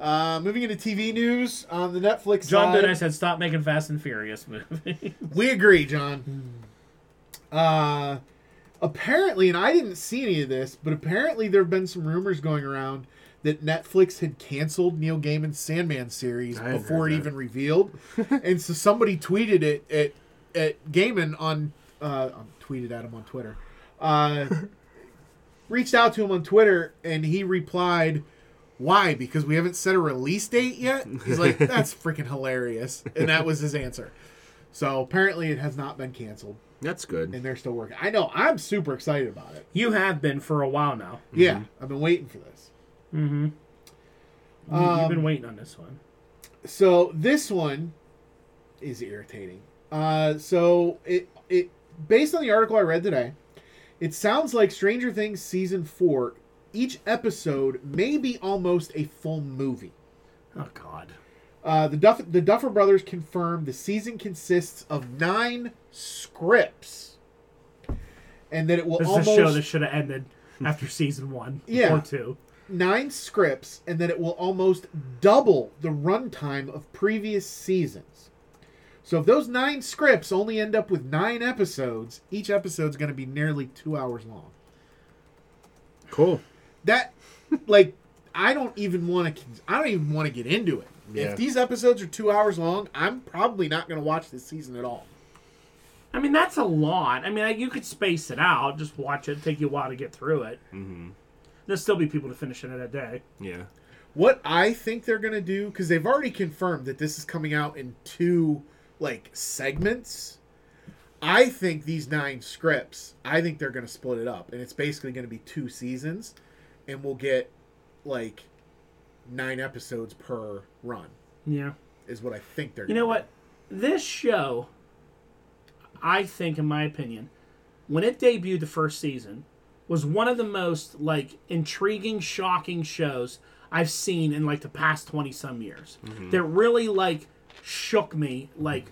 Uh, moving into TV news on the Netflix John side. Bonet said, "Stop making Fast and Furious movies." We agree, John. Uh, apparently, and I didn't see any of this, but apparently there have been some rumors going around that Netflix had canceled Neil Gaiman's Sandman series I hadn't before it heard that. even revealed, and so somebody tweeted it at at Gaiman on uh, um, tweeted at him on Twitter, uh, reached out to him on Twitter, and he replied. Why? Because we haven't set a release date yet. He's like, that's freaking hilarious, and that was his answer. So apparently it has not been canceled That's good. and they're still working. I know, I'm super excited about it. you have been for a while now. Yeah, I've been waiting for this. Mm-hmm. You, you've been waiting on this one. So this one is irritating. Uh, so it it based on the article I read today, it sounds like Stranger Things season 4 each episode may be almost a full movie. Oh God. Uh, the Duff the Duffer brothers confirmed the season consists of 9 scripts. And that it will This almost is a show that should have ended after season one Yeah. or two. nine scripts and that it will almost double the runtime of previous seasons. So if those nine scripts only end up with nine episodes, each episode's going to be nearly two hours long. Cool. That, like, I don't even want to. I don't even want to get into it. Yeah. If these episodes are two hours long, I'm probably not going to watch this season at all. I mean, that's a lot. I mean, like, you could space it out, just watch it, take you a while to get through it. Mm-hmm. There'll still be people to finish it in a day. Yeah. What I think they're going to do, because they've already confirmed that this is coming out in two, like, segments. I think these nine scripts, I think they're going to split it up. And it's basically going to be two seasons. And we'll get, like, nine episodes per run, Yeah. is what I think they're You know what? This show, I think, in my opinion, when it debuted the first season, was one of the most like intriguing, shocking shows I've seen in like the past twenty some years. That really like shook me. Like,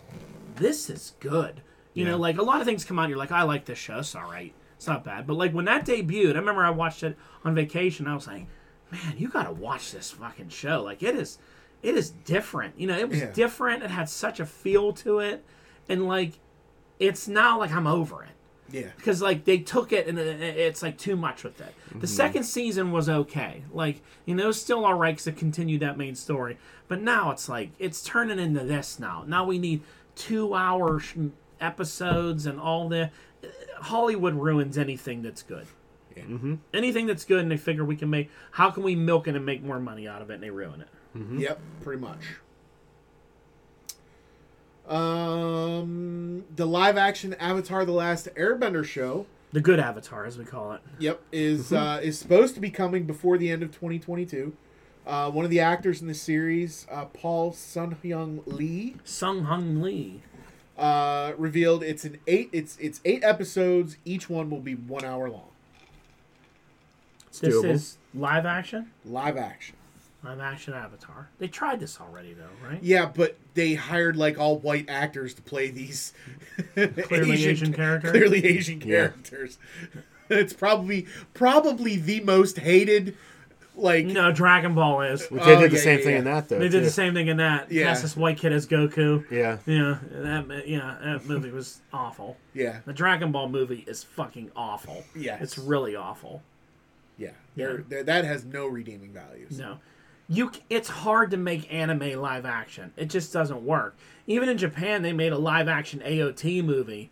this is good. You know, like a lot of things come out, you're like, I like this show. It's all right. It's not bad. But like when that debuted, I remember I watched it on vacation. I was like, man, you gotta watch this fucking show. Like it is, it is different. You know, it was Yeah. different. It had such a feel to it, and like, it's now like I'm over it Yeah. because like they took it and it- it- it's like too much with it. The second season was okay, like you know, it was still all right because it continued that main story. But now it's like it's turning into this now. Now we need two hour sh- episodes and all the uh, Hollywood ruins anything that's good. Anything that's good, and they figure we can make. How can we milk it and make more money out of it? And they ruin it. Yep, pretty much. Um, the live action Avatar The Last Airbender show The good Avatar, as we call it. Yep, Mm-hmm. is uh, is supposed to be coming before the end of 2022. Uh, one of the actors in the series, uh, Paul Sunhyung Lee, Sung Hung Lee. uh, revealed it's an eight. It's it's eight episodes. Each one will be one hour long, This doable. is live action. live action. Live action Avatar. They tried this already, though, right? Yeah, but they hired like all white actors to play these Clearly Asian characters? Clearly Asian characters. it's probably probably the most hated Like No, Dragon Ball is. Which they Oh, did the yeah, same yeah, thing yeah. in that though. They did too. the same thing in that. Yeah. Cast this white kid as Goku. Yeah. Yeah, that ma- yeah that movie was awful. yeah, The Dragon Ball movie is fucking awful. Yes. it's really awful. yeah. There, there, that has no redeeming values. No, you. c- It's hard to make anime live action. It just doesn't work. Even in Japan, they made a live action AOT movie,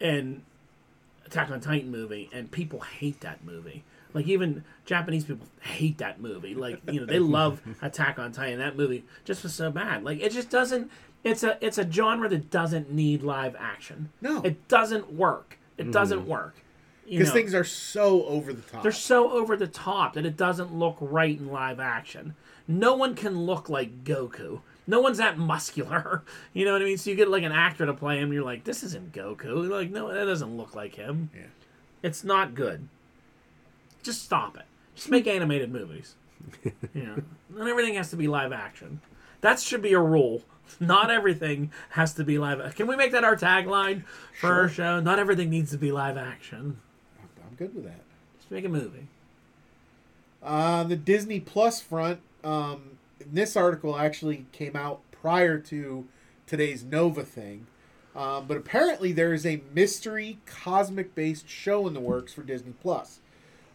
and Attack on Titan movie, and people hate that movie. Like even Japanese people hate that movie. Like you know they love Attack on Titan. That movie just was so bad. Like it just doesn't. It's a it's a genre that doesn't need live action. No. Mm-hmm. it doesn't work. It doesn't work. You because know? things are so over the top. They're so over the top that it doesn't look right in live action. No one can look like Goku. No one's that muscular. You know what I mean? So you get like an actor to play him, you're like, this isn't Goku. You're like, no, that doesn't look like him. Yeah. It's not good. Just stop it. Just make animated movies. you know, not everything has to be live action. That should be a rule. Not everything has to be live. Can we make that our tagline for our show? Not everything needs to be live action. I'm good with that. Just make a movie. Uh, the Disney Plus front. Um, this article actually came out prior to today's Nova thing, um, but apparently there is a mystery cosmic-based show in the works for Disney Plus.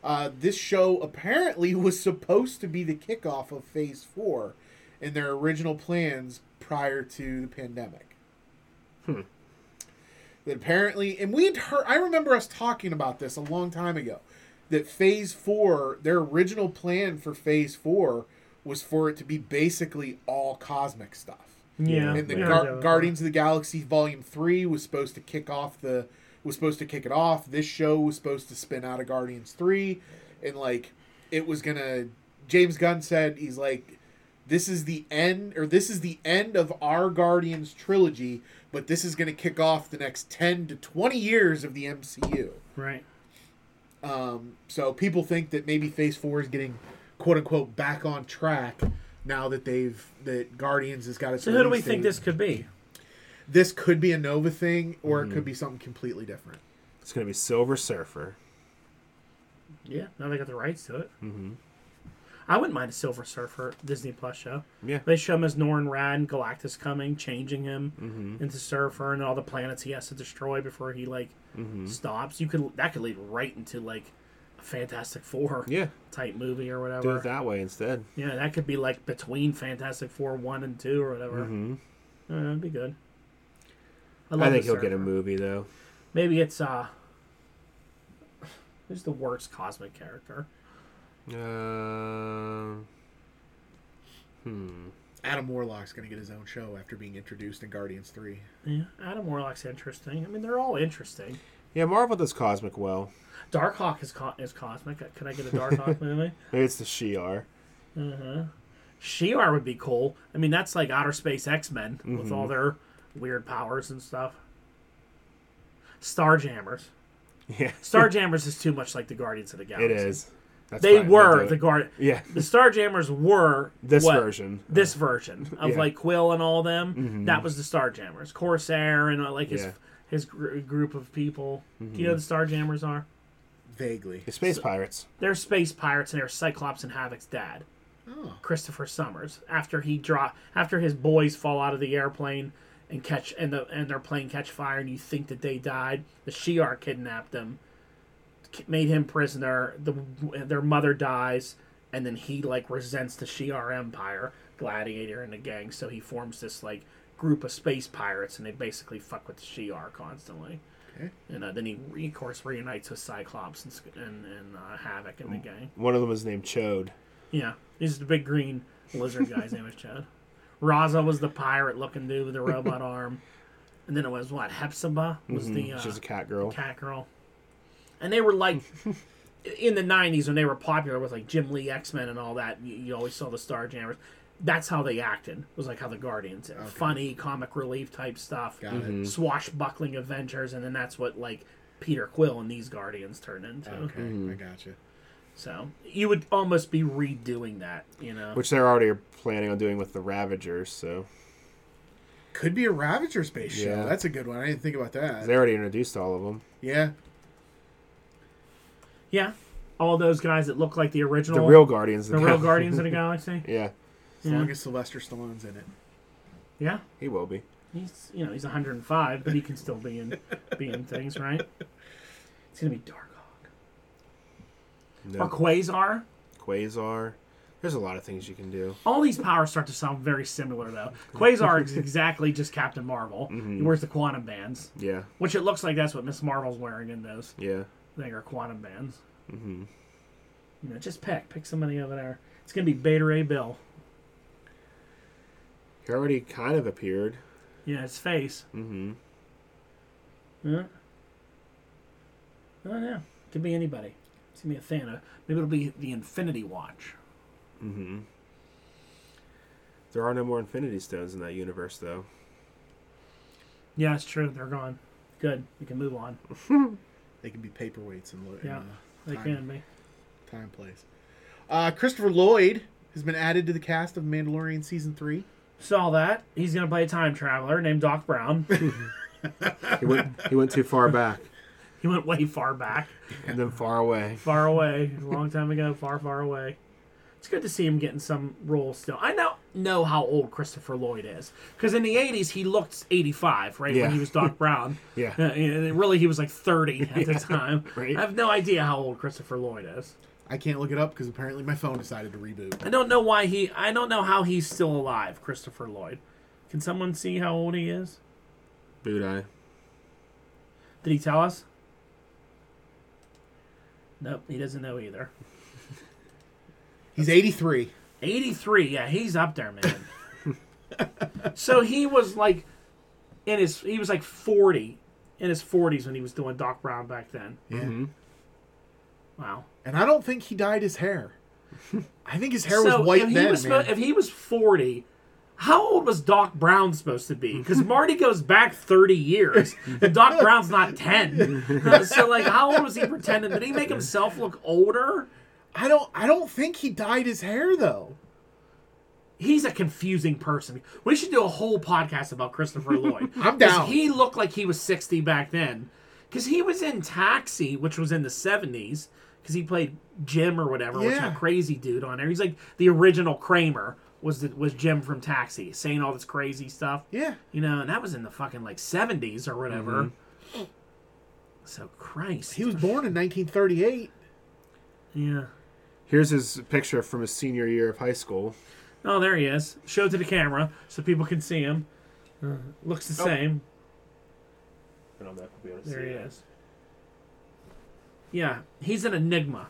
Uh, this show apparently was supposed to be the kickoff of Phase Four in their original plans prior to the pandemic. That apparently, and we'd heard. I remember us talking about this a long time ago. That Phase Four, their original plan for Phase Four was for it to be basically all cosmic stuff. Yeah, And the yeah. Gar- Guardians of the Galaxy Volume Three was supposed to kick off the was supposed to kick it off. This show was supposed to spin out of Guardians Three, and like it was gonna. James Gunn said he's like, this is the end, or this is the end of our Guardians trilogy, but this is gonna kick off the next ten to twenty years of the MCU. right. Um, so people think that maybe Phase Four is getting quote unquote back on track now that they've that Guardians has got its. So who do we release think date this could be? this could be a Nova thing or it could be something completely different. It's gonna be Silver Surfer. Yeah, now they got the rights to it. Mm-hmm. I wouldn't mind a Silver Surfer Disney Plus show. Yeah. They show him as Norn Rad, Galactus coming, changing him Mm-hmm. into Surfer, and all the planets he has to destroy before he like Mm-hmm. stops. You could that could lead right into like a Fantastic Four Yeah. type movie or whatever. Do it that way instead. Yeah, that could be like between Fantastic Four one and two or whatever. Mm-hmm. that'd be good. I love think the he'll get a Surfer. movie though. Maybe it's uh who's the worst cosmic character? Um. Adam Warlock's going to get his own show after being introduced in Guardians 3. Yeah. Adam Warlock's interesting. I mean they're all interesting. yeah, Marvel does cosmic well. Darkhawk is co- is cosmic. Could I get a Darkhawk movie? Maybe it's the Shi'ar. Shi'ar would be cool. I mean that's like outer space X Men with Mm-hmm. all their weird powers and stuff. Starjammers. Yeah, Starjammers is too much like the Guardians of the it Galaxy. is. That's They fine, we'll were do the it. guard. yeah, The Starjammers were this what- version. this version of Yeah. Mm-hmm. like Quill and all them. That was the Starjammers, Corsair, and uh, like his Yeah. Mm-hmm. his gr- group of people. Do you know who the Starjammers are? Vaguely. The space pirates. They're space pirates, and they're Cyclops and Havoc's dad, Oh. Christopher Summers. After he draw, after his boys fall out of the airplane and catch and the and their plane catch fire, and you think that they died, the Shi'ar kidnapped them, ki- made him prisoner. The their mother dies, and then he like resents the Shi'ar Empire, Gladiator and the gang. So he forms this like group of space pirates, and they basically fuck with the Shi'ar constantly. Okay. And uh, then he, re- of course, reunites with Cyclops and Sc- and, and uh, Havoc and the gang. One of them is named Chode. Yeah, he's the big green lizard guy's name is Chad. Raza was the pirate-looking dude with the robot arm, and then it was what Hepzibah was the uh, Mm-hmm. She's a cat girl. cat girl, and they were like in the '90s when they were popular with like Jim Lee X-Men and all that. You, you always saw the Starjammers. That's how they acted. Was like how the Guardians, did. funny comic relief type stuff, Got it. Mm. swashbuckling adventures, and then that's what like Peter Quill and these Guardians turned into. Okay, I gotcha. So you would almost be redoing that, you know. which they're already planning on doing with the Ravagers. So Could be a Ravager space Yeah. show. That's a good one. I didn't think about that. they already introduced all of them. yeah. Yeah, all those guys that look like the original, The real Guardians. of the real Gal- Guardians of the Galaxy. Yeah, As Yeah. long as Sylvester Stallone's in it. Yeah, he will be. he's you know he's 105, but he can still be in be in things, right? It's gonna be Darkhawk No. or Quasar. Quasar. There's a lot of things you can do. All these powers start to sound very similar, though. Quasar is exactly just Captain Marvel. Mm-hmm. He wears the quantum bands, Yeah, which it looks like that's what Miss Marvel's wearing in those. yeah. I think are quantum bands. Mm-hmm. You know, just pick pick somebody over there. It's gonna be Beta Ray Bill. He already kind of appeared. Yeah, his face. Mm-hmm. Yeah. I don't know. Oh, Could be anybody. It's gonna be a fan of. Maybe it'll be the Infinity Watch. mm-hmm. There are no more Infinity Stones in that universe, though. Yeah, it's true. They're gone. Good. We can move on. They can be paperweights in, lo- in, Yeah, uh, they time, can be. Time place. Uh, Christopher Lloyd has been added to the cast of Mandalorian season three. Saw that. He's gonna play a time traveler named Doc Brown. He went. he went too far back he went way far back, and then far away. far away, a long time ago, far, far away. It's good to see him getting some role still. I now know how old Christopher Lloyd is because in the '80s he looked 85, right? Yeah. When he was Doc Brown. Yeah. Uh, and really, he was like 30 at the time. right. I have no idea how old Christopher Lloyd is. I can't look it up because apparently my phone decided to reboot. I don't know why he. I don't know how he's still alive, Christopher Lloyd. Can someone see how old he is? Budai. Did he tell us? Nope, he doesn't know either. He's 83. 83, yeah, he's up there, man. so he was like in his he was like 40 in his 40s when he was doing Doc Brown back then. Yeah. Wow. And I don't think he dyed his hair. I think his hair was white if he then, was man. spo- if he was 40, how old was Doc Brown supposed to be? Because Marty goes back 30 years, and Doc Brown's not 10. so, like, how old was he pretending? Did he make himself look older? I don't. I don't think he dyed his hair though. He's a confusing person. We should do a whole podcast about Christopher Lloyd. 'Cause I'm down. He looked like he was 60 back then. Because he was in Taxi, which was in the 70s, because he played Jim or whatever, which Yeah. that crazy dude on there. He's like the original Kramer was the, was Jim from Taxi, saying all this crazy stuff. Yeah. You know, and that was in the fucking like 70s or whatever. So, Christ. Mm-hmm. He was born in 1938. yeah. Here's his picture from his senior year of high school. Oh, there he is. Show to the camera so people can see him. Uh, looks Oh. the same. And I'm not gonna be able to There see he that. is. Yeah, he's an enigma.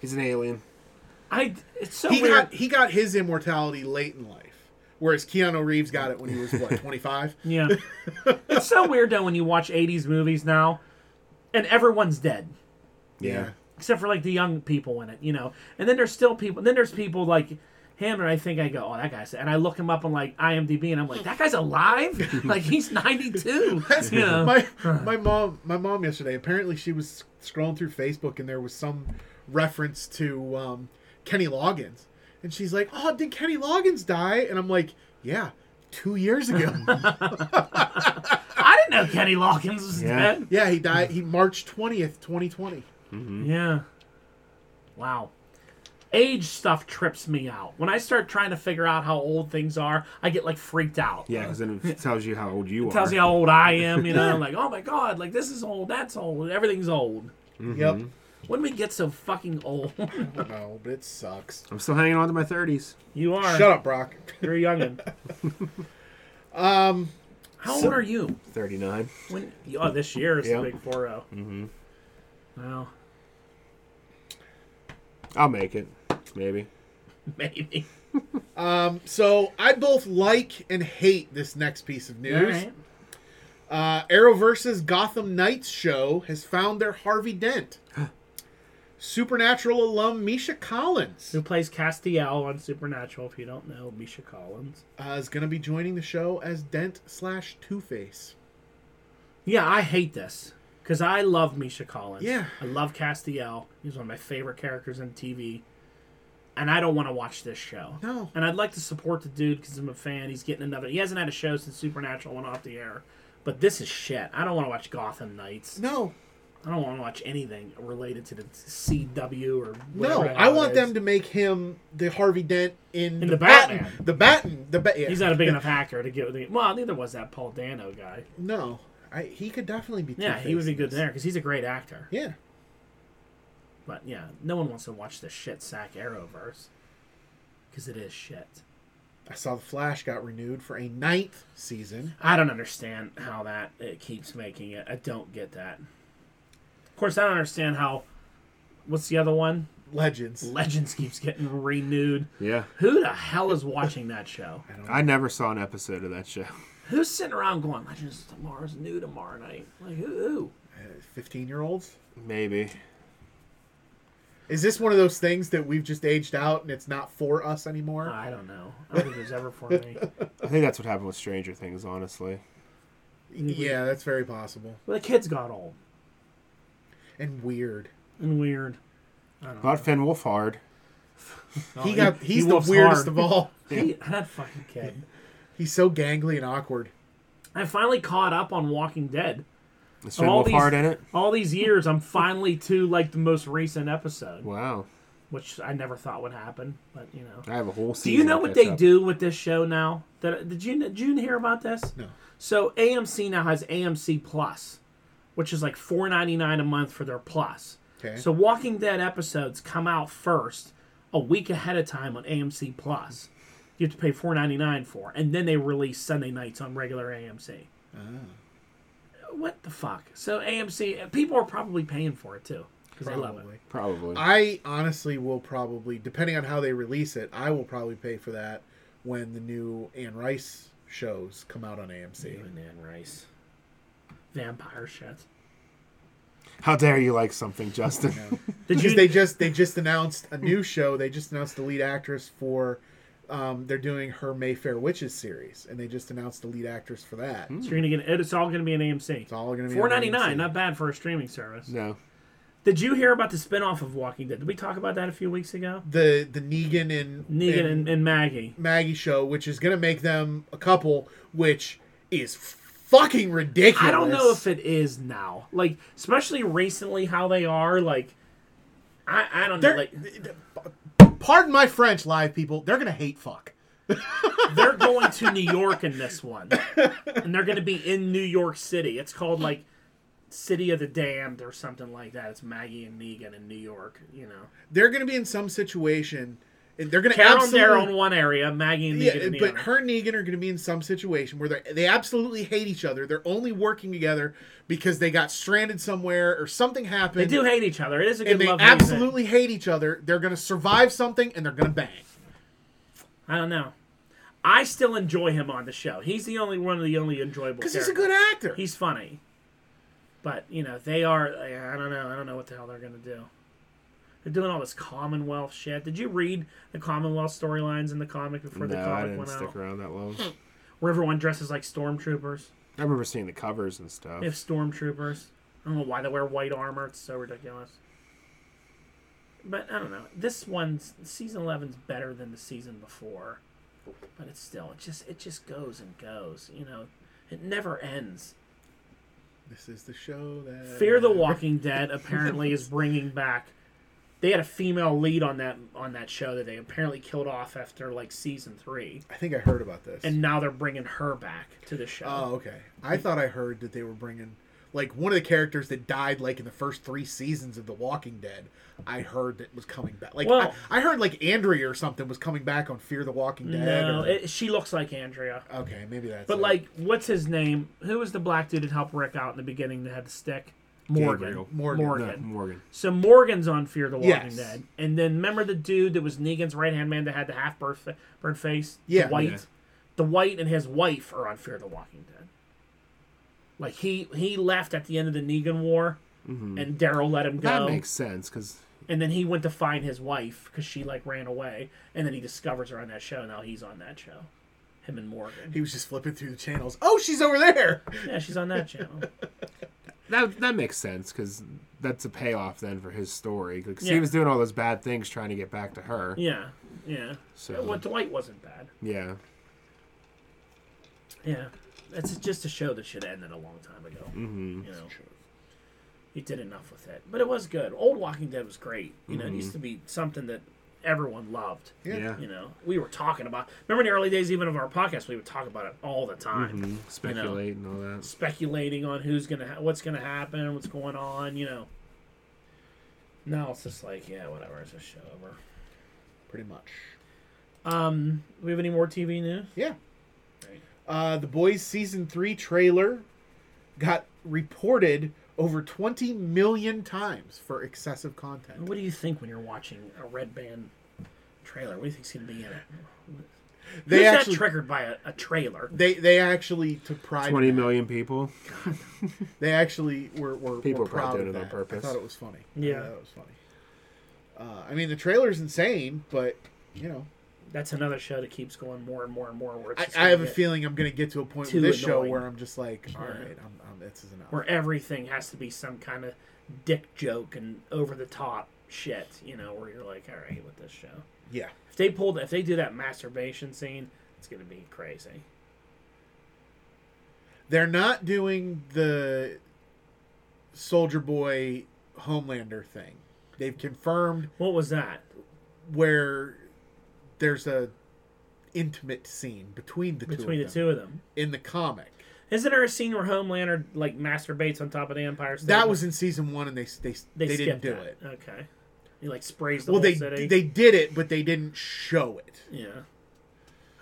He's an alien. I. It's so He weird. got he got his immortality late in life, whereas Keanu Reeves got it when he was what 25. yeah, it's so weird though when you watch '80s movies now, and everyone's dead Yeah. except for like the young people in it, you know. And then there's still people. Then there's people like him, and I think I go, "Oh, that guy's," and I look him up on like IMDb, and I'm like, "That guy's alive? like he's 92." That's- you know. my my mom my mom yesterday apparently she was scrolling through Facebook and there was some reference to um, Kenny Loggins and she's like, "Oh, did Kenny Loggins die?" And I'm like, "Yeah, two years ago. I didn't know Kenny Loggins was Yeah. dead. yeah, he died. He March 20th, 2020." Yeah. Wow. Age stuff trips me out. When I start trying to figure out how old things are, I get like freaked out. Yeah, because then it tells you how old you are. Tells you how old I am, you know, like, oh my god, like this is old, that's old, everything's old. Yep. When we get so fucking old, I don't know, but it sucks. I'm still hanging on to my 30s. you are. Shut up, Brock. You're a youngin. Um, How old are you? 39. When? Oh, this year is Yeah. the big four zero. Mm-hmm. Well, I'll make it. Maybe. maybe. um, so I both like and hate this next piece of All news. right. Uh, Arrowverse's Gotham Knights show has found their Harvey Dent. Supernatural alum Misha Collins Who plays Castiel on Supernatural? If you don't know, Misha Collins. uh, is going to be joining the show as Dent slash Two Face. Yeah, I hate this because I love Misha Collins. Yeah. I love Castiel. He's one of my favorite characters in TV, and I don't want to watch this show. No. and I'd like to support the dude because I'm a fan. He's getting another. He hasn't had a show since Supernatural went off the air, but this is shit. I don't want to watch Gotham Knights. No, I don't want to watch anything related to the CW or No, whatever I nowadays. want them to make him the Harvey Dent in, In the Batman. The Batman. The ba- yeah. He's not a big enough hacker to get. the- Well, neither was that Paul Dano guy. No, I, he could definitely be. Yeah, he would be good Two-Face. there because he's a great actor. Yeah, But yeah, no one wants to watch the shit sack Arrowverse because it is shit. I saw the Flash got renewed for a ninth season. I don't understand how that it keeps making it. I don't get that. Of course, I don't understand how. What's the other one? Legends. Legends keeps getting renewed. Yeah. Who the hell is watching that show? I never saw an episode of that show. Who's sitting around going, Legends of Tomorrow's new tomorrow night? Like, who? who? Uh, Fifteen-year-olds. Maybe. Is this one of those things that we've just aged out and it's not for us anymore? I don't know. I don't think it was ever for me. I think that's what happened with Stranger Things, honestly. yeah, that's very possible Well, the kids got old and weird. and weird. Not Finn Wolfhard. he got. he- He's he the whoops weirdest hard. of all. He, that fucking kid. He's so gangly and awkward. I finally caught up on Walking Dead. Is Of Finn all these- Wolfhard in it? All these years, I'm finally to like the most recent episode, Wow. which I never thought would happen. But you know, I have a whole do season. you know to what catch they up. do with this show now? That did you did you hear about this? No. So AMC now has AMC Plus, which is like four ninety nine a month for their Plus. Okay. So Walking Dead episodes come out first a week ahead of time on AMC Plus. You have to pay four ninety nine for, and then they release Sunday nights on regular AMC. Ah. What the fuck? So AMC people are probably paying for it too because they love it. Probably. Probably. I honestly will probably, depending on how they release it, I will probably pay for that when the new Anne Rice shows come out on AMC. Even Anne Rice, vampire shit. How dare you like something, Justin? Did Because you? they just they just announced a new show. They just announced the lead actress for. Um, they're doing her Mayfair Witches series, and they just announced the lead actress for that. so you're gonna get it's all gonna be an AMC. It's all going to be Hmm. Four on ninety nine, AMC. not bad for a streaming service. no. Did you hear about the spinoff of Walking Dead? Did we talk about that a few weeks ago? the the Negan and Negan and, and, Maggie. Maggie show, which is going to make them a couple, which is fucking ridiculous. I don't know if it is now. Like, especially recently, how they are. Like, I, I don't know. They're, Like, pardon my French, live people. They're gonna hate fuck. they're going to New York in this one, and they're going to be in New York City. It's called like City of the Damned or something like that. It's Maggie and Negan in New York. You know, They're gonna be in some situation. and They're gonna Carol absolutely. there on one area, Maggie and Negan yeah, in the but other. her and Negan are going to be in some situation where they they absolutely hate each other. They're only working together because they got stranded somewhere or something happened. they do hate each other. It is a good and they love. hate thing. absolutely hate each other. They're going to survive something and they're going to bang. I don't know. I still enjoy him on the show. He's the only one of the only enjoyable. Because he's a characters. good actor. He's funny. But you know they are. I don't know. I don't know what the hell they're gonna do. They're doing all this Commonwealth shit. Did you read the Commonwealth storylines in the comic before the no, I comic didn't went out? stick around that long. Where everyone dresses like stormtroopers. I remember seeing the covers and stuff. They have stormtroopers. I don't know why they wear white armor. It's so ridiculous. But I don't know. This one's season 11's better than the season before. But it's still it just it just goes and goes. You know, it never ends. This is the show that Fear the Walking Dead apparently is bringing back. They had a female lead on that on that show that they apparently killed off after like season three, I think I heard about this. and now they're bringing her back to the show. oh, okay. I thought I heard that they were bringing like one of the characters that died like in the first three seasons of The Walking Dead. I heard that was coming back. Like Well- I, I heard like Andrea or something was coming back on Fear the Walking Dead. no, or- it, she looks like Andrea. okay, maybe that's. But it. like, what's his name? Who was the black dude that helped Rick out in the beginning that had the stick? Morgan. Gabriel. Morgan. No, Morgan. Morgan. So Morgan's on Fear the Walking Yes. Dead, and then remember the dude that was Negan's right hand man that had the half bird, fa- bird face, Yeah. the white, Yeah. the white and his wife are on Fear the Walking Dead. Like he he left at the end of the Negan War, and Daryl let him go, That makes sense because and then he went to find his wife because she like ran away, and then he discovers her on that show. Now he's on that show, him and Morgan. he was just flipping through the channels. Oh, she's over there. Yeah, she's on that channel. that that makes sense because that's a payoff then for his story. 'Cause Yeah. he was doing all those bad things trying to get back to her. Yeah, yeah. So- well, Dwight wasn't bad. Yeah. Yeah, that's just a show that should have ended a long time ago. You know, he did enough with it. But it was good. Old Walking Dead was great. You know, it used to be something that everyone loved. Yeah. Yeah. You know, we were talking about. Remember in the early days, even of our podcast, we would talk about it all the time, Speculate and all that. speculating on who's gonna, ha- what's gonna happen, what's going on. You know. Now it's just like, yeah, whatever. It's a show over. pretty much. Um, do we have any more TV news? Yeah. Right. Uh, the Boys season three trailer got reported over 20 million times for excessive content. What do you think when you're watching a Red Band trailer? What do you think's gonna be in it? They Who's not actually triggered by a, a trailer. they they actually took pride. in Twenty that. million people. They actually were were, People were probably proud did of it on that. purpose. I thought it was funny. Yeah. I thought it was funny. Uh, I mean, the trailer's insane, but you know, That's another show that keeps going more and more and more. Where it's I, just I gonna have a get- feeling I'm going to get to a point Too with this show annoying. where I'm just like, all Yeah. right, I'm, I'm, this is enough. where everything has to be some kind of dick joke and over the top shit. You know, where you're like, all right, with this show, Yeah. if they pulled, if they do that masturbation scene, it's gonna be crazy. They're not doing the Soldier Boy Homelander thing. They've confirmed What was that? where there's a intimate scene between the Between the two of them two of them, in the comic. isn't there a scene where Homelander like masturbates on top of the Empire State? That was in season 1 and they they, they, didn't skipped do that. it. Okay, he like sprays the Well, whole they city. they did it but they didn't show it. yeah.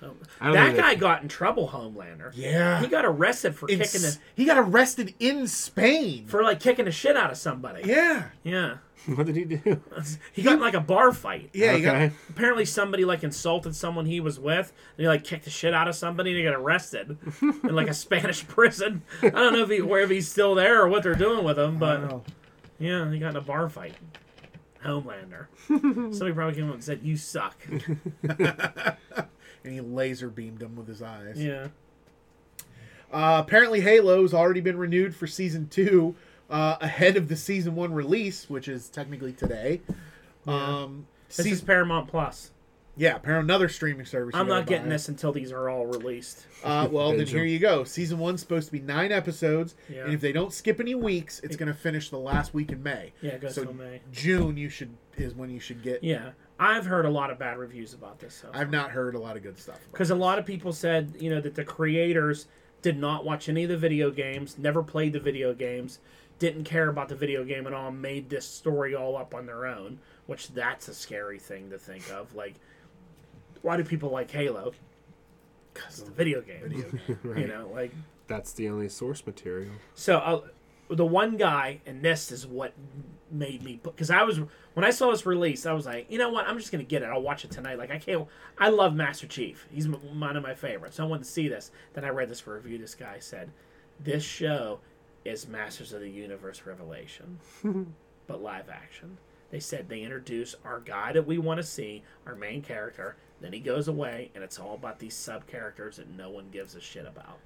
Home- I don't That think they- guy got in trouble, Homelander. Yeah. he got arrested for In kicking the S- he got arrested in Spain. for like kicking the shit out of somebody. yeah. Yeah. What did he do? He got in like a bar fight. Yeah, he got okay. Apparently somebody like insulted someone he was with and he like kicked the shit out of somebody and he got arrested in like a Spanish prison. I don't know if he or if he's still there or what they're doing with him, but Oh. yeah, he got in a bar fight. Homelander. Somebody probably came up and said, You suck. and he laser beamed him with his eyes. Yeah. Uh, apparently, Halo's already been renewed for season two uh, ahead of the season one release, which is technically today. Um, This is seas- Paramount Plus. yeah, apparently another streaming service. you I'm gotta not getting buy. this until these are all released. Uh, well, then Binge 'em. here you go. Season one's supposed to be nine episodes, Yeah. and if they don't skip any weeks, it's going to finish the last week in May. Yeah, it goes So till May. June, you should is when you should get. Yeah. I've heard a lot of bad reviews about this. So I've not heard a lot of good stuff. about because a lot of people said you know that the creators did not watch any of the video games never played the video games didn't care about the video game at all made this story all up on their own which that's a scary thing to think of like why do people like halo because of the video game, you know like That's the only source material. so uh, the one guy, and this is what made me because I was when I saw this release, I was like, you know what? I'm just gonna get it. I'll watch it tonight. Like I can't. I love Master Chief. He's m- one of my favorites. I wanted to see this. Then I read this review. This guy said, "This show is Masters of the Universe Revelation, but live action." They said they introduce our guy that we want to see, our main character. Then he goes away, and it's all about these sub characters that no one gives a shit about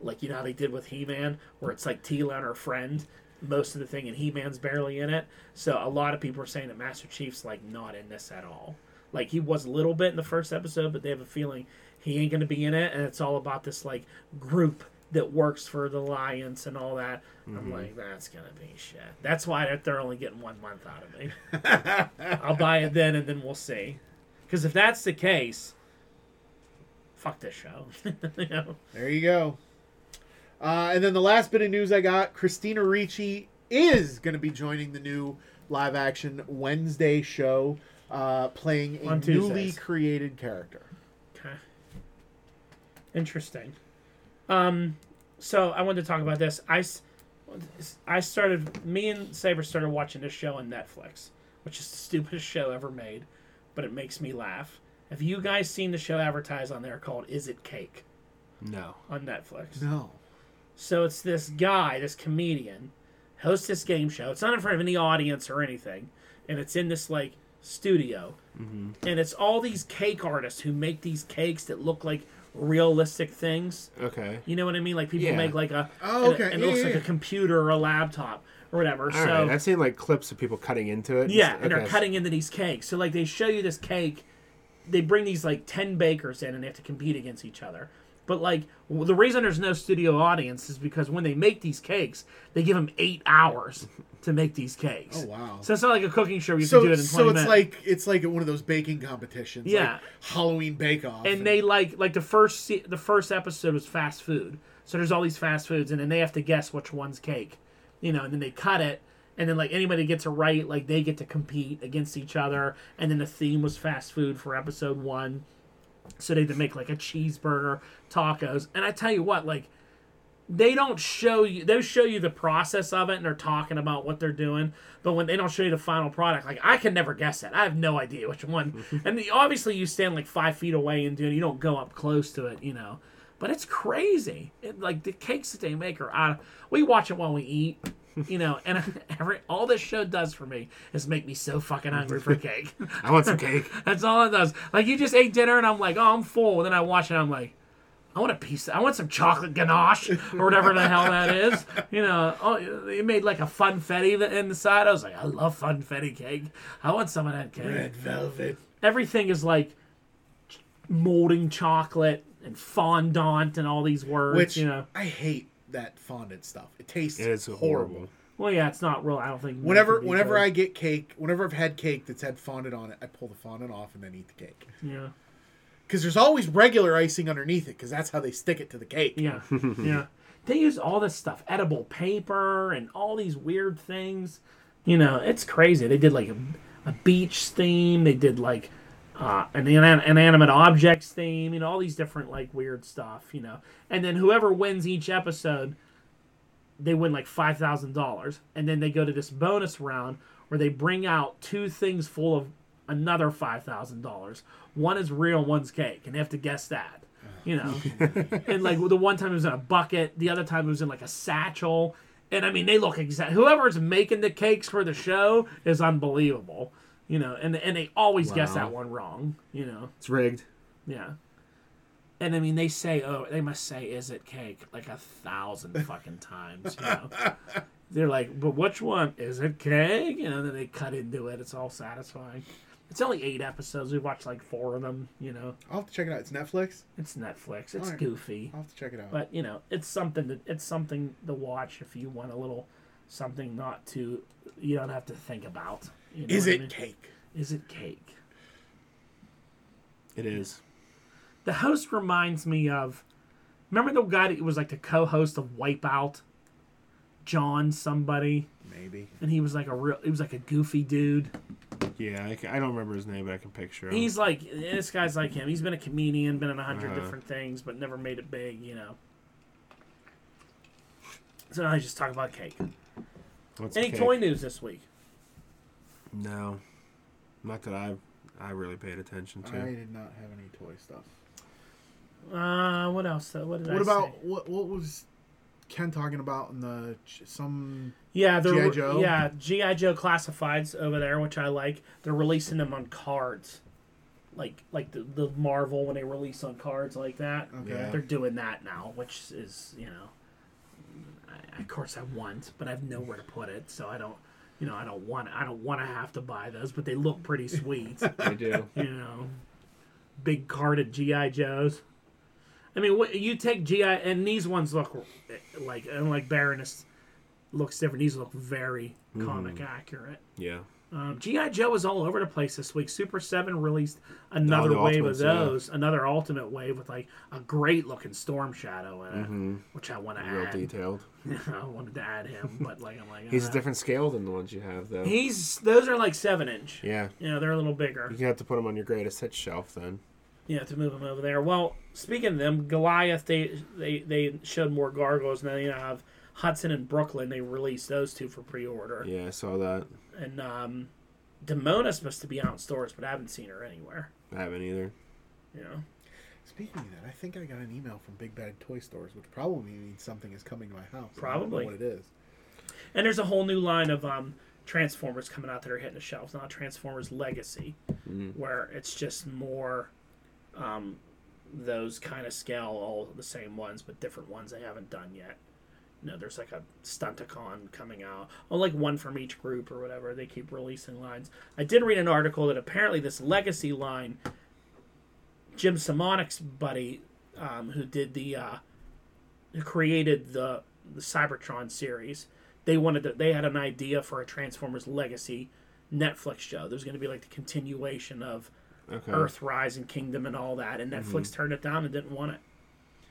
like you know how they did with He-Man, where it's like Tila and her friend most of the thing, and He-Man's barely in it. So a lot of people are saying that Master Chief's like not in this at all. Like he was a little bit in the first episode, but they have a feeling he ain't gonna be in it, and it's all about this like group that works for the Alliance and all that. I'm like, that's gonna be shit. That's why they're only getting one month out of me. I'll buy it then, and then we'll see. Because if that's the case, fuck this show. you know? There you go. Uh, and then the last bit of news I got: Christina Ricci is going to be joining the new live-action Wednesday show, uh, playing a On Tuesdays. newly created character. Okay. Interesting. Um, so I wanted to talk about this. I, s- I started. Me and Saber started watching this show on Netflix, which is the stupidest show ever made, but it makes me laugh. Have you guys seen the show advertised on there called "Is It Cake" No. on Netflix? No, So it's this guy, this comedian, hosts this game show. It's not in front of any audience or anything, and it's in this like studio, Mm-hmm. and it's all these cake artists who make these cakes that look like realistic things. Okay. You know what I mean? Like people Yeah. make like a Oh, and it- and okay. it Yeah, looks yeah, like a yeah. computer or a laptop or whatever. All so right. I've seen like clips of people cutting into it. yeah, and they're Okay. cutting into these cakes. So like they show you this cake, they bring these like ten bakers in and they have to compete against each other. But like w- the reason there's no studio audience is because when they make these cakes, they give them eight hours to make these cakes. Oh, wow. So it's not like a cooking show. You so can do it in twenty so it's minutes. like it's like at one of those baking competitions. Yeah. like Halloween Bake Off. and they like like the first se- the first episode was fast food. So there's all these fast foods, and then they have to guess which one's cake, you know. And then they cut it, and then like anybody gets it right, like they get to compete against each other. And then the theme was fast food for episode one, so they had to make like a cheeseburger, tacos, and I tell you what, like they don't show you they show you the process of it and they're talking about what they're doing but when they don't show you the final product like i can never guess that i have no idea which one and the, obviously you stand like five feet away and do it you don't go up close to it you know but it's crazy it, like the cakes that they make are out we watch it while we eat you know and every all this show does for me is make me so fucking hungry for cake I want some cake. that's all it does like you just ate dinner and i'm like oh i'm full and then i watch it and i'm like I want a piece. I want some chocolate ganache or whatever the hell that is. You know, oh, they made like a funfetti that- inside. I was like, I love funfetti cake. I want some of that cake. red velvet. Everything is like ch- molding chocolate and fondant and all these words. Which you know, I hate that fondant stuff. It tastes It is horrible. horrible. well, yeah, it's not real. I don't think Whenever whenever I get cake, whenever I've had cake that's had fondant on it, I pull the fondant off and then eat the cake. yeah Because there's always regular icing underneath it, because that's how they stick it to the cake. yeah yeah they use all this stuff, edible paper and all these weird things. You know, it's crazy. They did like a, a beach theme. They did like uh, an inan- inanimate objects theme. You know, all these different like weird stuff. You know, and then whoever wins each episode, they win like five thousand dollars, and then they go to this bonus round where they bring out two things full of another five thousand dollars. One is real, one's cake, and they have to guess that. You know, and like the one time it was in a bucket, the other time it was in like a satchel. And I mean, they look exact. Whoever's making the cakes for the show is unbelievable, you know. And and they always guess Wow. that one wrong, you know. It's rigged. Yeah. And I mean, they say, oh, they must say, is it cake? Like a thousand fucking times, you know. They're like, but which one? Is it cake? You know, then they cut into it. It's all satisfying. It's only eight episodes. We watched like four of them, you know. I'll have to check it out. It's Netflix. It's Netflix. It's Alright. goofy. I'll have to check it out. But, you know, it's something that it's something to watch if you want a little something not to, you don't have to think about. You know is what I it mean? cake? Is it cake? It is. The host reminds me of. Remember the guy that was like the co host of Wipeout? John somebody. Maybe. And he was like a real. He was like a goofy dude. Yeah, I, ca- I don't remember his name, but I can picture him. He's like. This guy's like him. He's been a comedian, been in a 100 Uh-huh. different things, but never made it big, you know. So now I just talk about cake. What's Any cake? toy news this week? No, not that I I really paid attention to. I did not have any toy stuff. Uh, what else? though? What did I what say? about what? What was Ken talking about in the ch- some? Yeah, they're G.I. Joe? yeah GI Joe classifieds over there, which I like. They're releasing them on cards, like like the, the Marvel when they release on cards like that. Okay. Yeah. They're doing that now, which is you know, I, of course I want, but I have nowhere to put it, so I don't. You know, I don't want I don't want to have to buy those, but they look pretty sweet. I do. you know, big carded GI Joes. I mean, what you take GI and these ones look eh, like and like Baroness looks different. These look very Hmm. comic accurate. Yeah. Um, GI Joe was all over the place this week. Super Seven released another the wave Ultimates, of yeah. those, another Ultimate wave with like a great looking Storm Shadow in it, which I want to Mm-hmm. Real add. detailed. I wanted to add him, but like I'm like He's uh, a different scale than the ones you have, though. He's those are like seven inch. yeah. You know, they're a little bigger. You have to put him on your greatest hits shelf then. Yeah, to move them over there. Well, speaking of them, Goliath, they they, they showed more gargoyles. Now you have Hudson and Brooklyn. They released those two for pre-order, Yeah, I saw that. and um, Demona's supposed to be out in stores, but I haven't seen her anywhere. I haven't either. You know, Speaking of that, I think I got an email from Big Bad Toy Stores, which probably means something is coming to my house. I don't know Probably. what it is. and there's a whole new line of um, Transformers coming out that are hitting the shelves now. Transformers Legacy, where it's just more um, those kind of scale, all the same ones, but different ones they haven't done yet. you know, there's like a Stunticon coming out. Oh, like one from each group or whatever. They keep releasing lines. I did read an article that apparently this Legacy line, Jim Simonic's buddy um, who did the uh, who created the, the Cybertron series. They wanted to, they had an idea for a Transformers Legacy Netflix show. There's going to be like the continuation of Okay. Earthrise and Kingdom and all that, and Netflix Mm-hmm. turned it down and didn't want it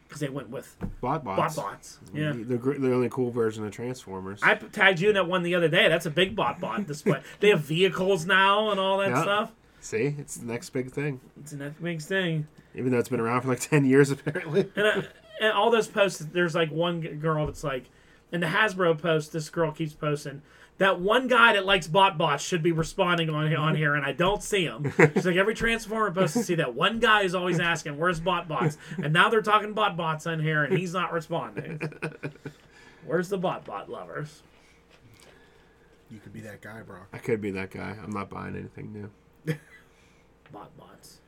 because they went with Bot bots. BotBots. Yeah. The, gr- the only cool version of Transformers. I p- tagged you in that one the other day. That's a big bot bot display. they have vehicles now and all that Yeah. stuff. See, it's the next big thing. It's a Netflix thing. Even though it's been around for like ten years, apparently. And, I, and all those posts, there's like one g- girl that's like, in the Hasbro post, this girl keeps posting that one guy that likes bot bots should be responding on on here, and I don't see him. She's like every Transformer post, I see that one guy is always asking, "Where's bot bots?" And now they're talking bot bots in here, and he's not responding. Where's the bot bot lovers? You could be that guy, Brock. I could be that guy. I'm not buying anything new. Bot bots,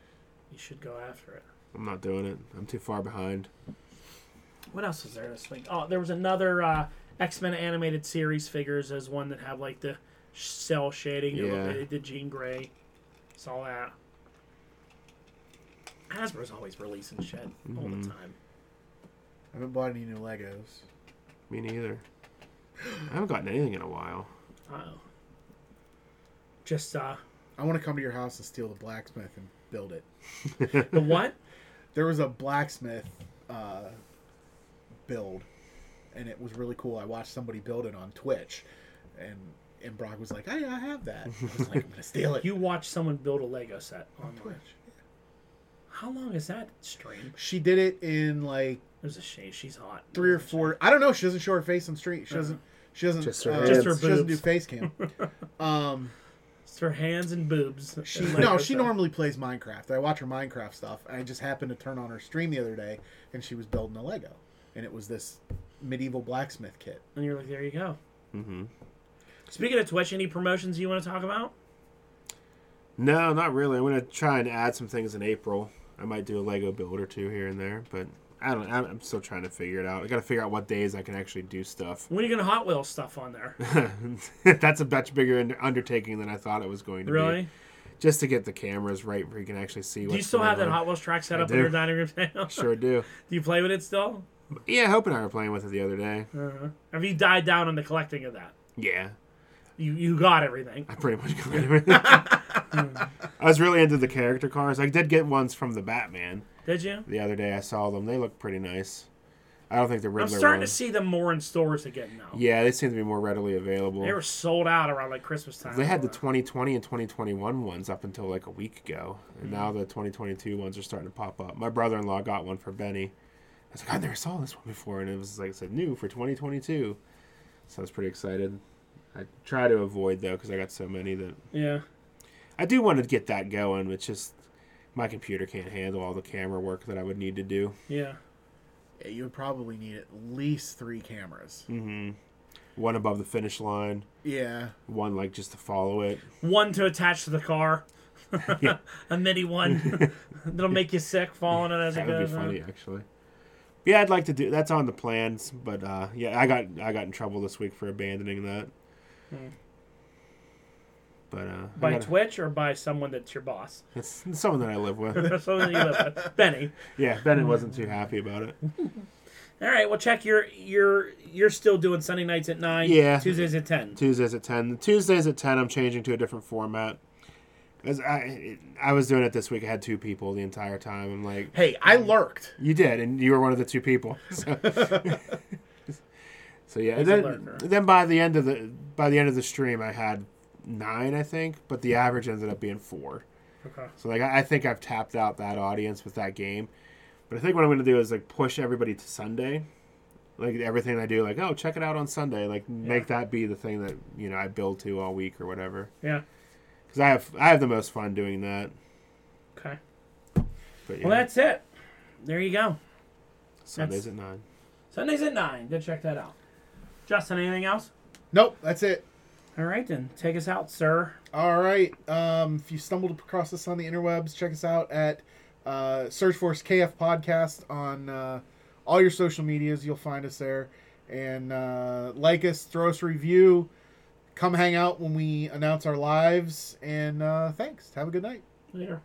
you should go after it. I'm not doing it. I'm too far behind. What else was there this week? Oh, there was another uh, X Men animated series figures as one that had like the cell shading. It looked- Yeah. They did Jean Grey. Saw that. Hasbro's always releasing shit all Mm-hmm. the time. I haven't bought any new Legos. Me neither. I haven't gotten anything in a while. Oh. Just uh, I want to come to your house and steal the blacksmith and build it. the what? There was a blacksmith uh, build, and it was really cool. I watched somebody build it on Twitch, and and Brock was like, "I, I have that." I was like, "I'm gonna steal it." You watch someone build a Lego set online. Twitch. How long is that stream? She did it in like It was a shame. She's hot. three or four. I don't know. She doesn't show her face on street. She doesn't. She doesn't. Just her uh, hands. Just her she doesn't do boobs. face cam. um, It's her hands and boobs. she and no. Lego She set. normally plays Minecraft. I watch her Minecraft stuff. I just happened to turn on her stream the other day, and she was building a Lego, and it was this medieval blacksmith kit. And you're like, there you go. Mm-hmm. Speaking of Twitch, any promotions you want to talk about? No, not really. I'm gonna try and add some things in April. I might do a Lego build or two here and there, but I don't. I'm I'm still trying to figure it out. I gotta figure out what days I can actually do stuff. When are you gonna Hot Wheels stuff on there? That's a much bigger under- undertaking than I thought it was going to be. Really? Just to get the cameras right where you can actually see. What's Do you still going have that on. Hot Wheels track set I up in your do. dining room table? Sure do. do you play with it still? Yeah, Hope and I were playing with it the other day. Uh-huh. Have you died down on the collecting of that? Yeah, You you got everything. I pretty much got everything. I was really into the character cars. I did get ones from the Batman Did you? the other day. I saw them. They look pretty nice. I don't think the I'm Riddler. starting to ones- see them more in stores again now. Yeah, they seem to be more readily available. They were sold out around like Christmas time. They had the Uh, 2020 and 2021 ones up until like a week ago, and now the 2022 ones are starting to pop up. My brother-in-law got one for Benny. I was like, I never saw this one before, and it was like I said, new for 2022. So I was pretty excited. I try to avoid though because I got so many that yeah. I do want to get that going. It's just my computer can't handle all the camera work that I would need to do. Yeah. Yeah, you would probably need at least three cameras. One above the finish line, Yeah. one like just to follow it. One to attach to the car. a mini one that'll make you sick falling it as it That would goes. be on. funny, actually. Yeah, I'd like to do. That's on the plans, but uh, yeah, I got I got in trouble this week for abandoning that. But uh, I Hmm. By gotta- Twitch or by someone that's your boss. it's someone that I live with. Someone that you live with. Benny. yeah, Bennett wasn't too happy about it. All right. Well, check your your you're still doing Sunday nights at nine. Yeah. Tuesdays at ten. Tuesdays at ten. The Tuesdays at ten, I'm changing to a different format. As I I was doing it this week, I had two people the entire time. I'm like, Hey, I lurked. You did, and you were one of the two people. So, So, yeah, and a then, lurker. then by the end of the by the end of the stream, I had nine, I think, but the average ended up being four. Okay. So like, I, I think I've tapped out that audience with that game. But I think what I'm going to do is like push everybody to Sunday, like everything I do, like oh check it out on Sunday, like make that be the thing that you know I build to all week or whatever. Yeah. Because I have I have the most fun doing that. Okay. But yeah, Well, that's it. There you go. Sundays at nine. Sundays at nine. Go check that out. Justin, anything else? Nope, that's it. All right, then take us out, sir. All right. Um, if you stumbled across us on the interwebs, check us out at uh, Search Force KF Podcast on uh, all your social medias. You'll find us there. And uh, like us, throw us a review. Come hang out when we announce our lives. And uh, thanks. Have a good night. Later.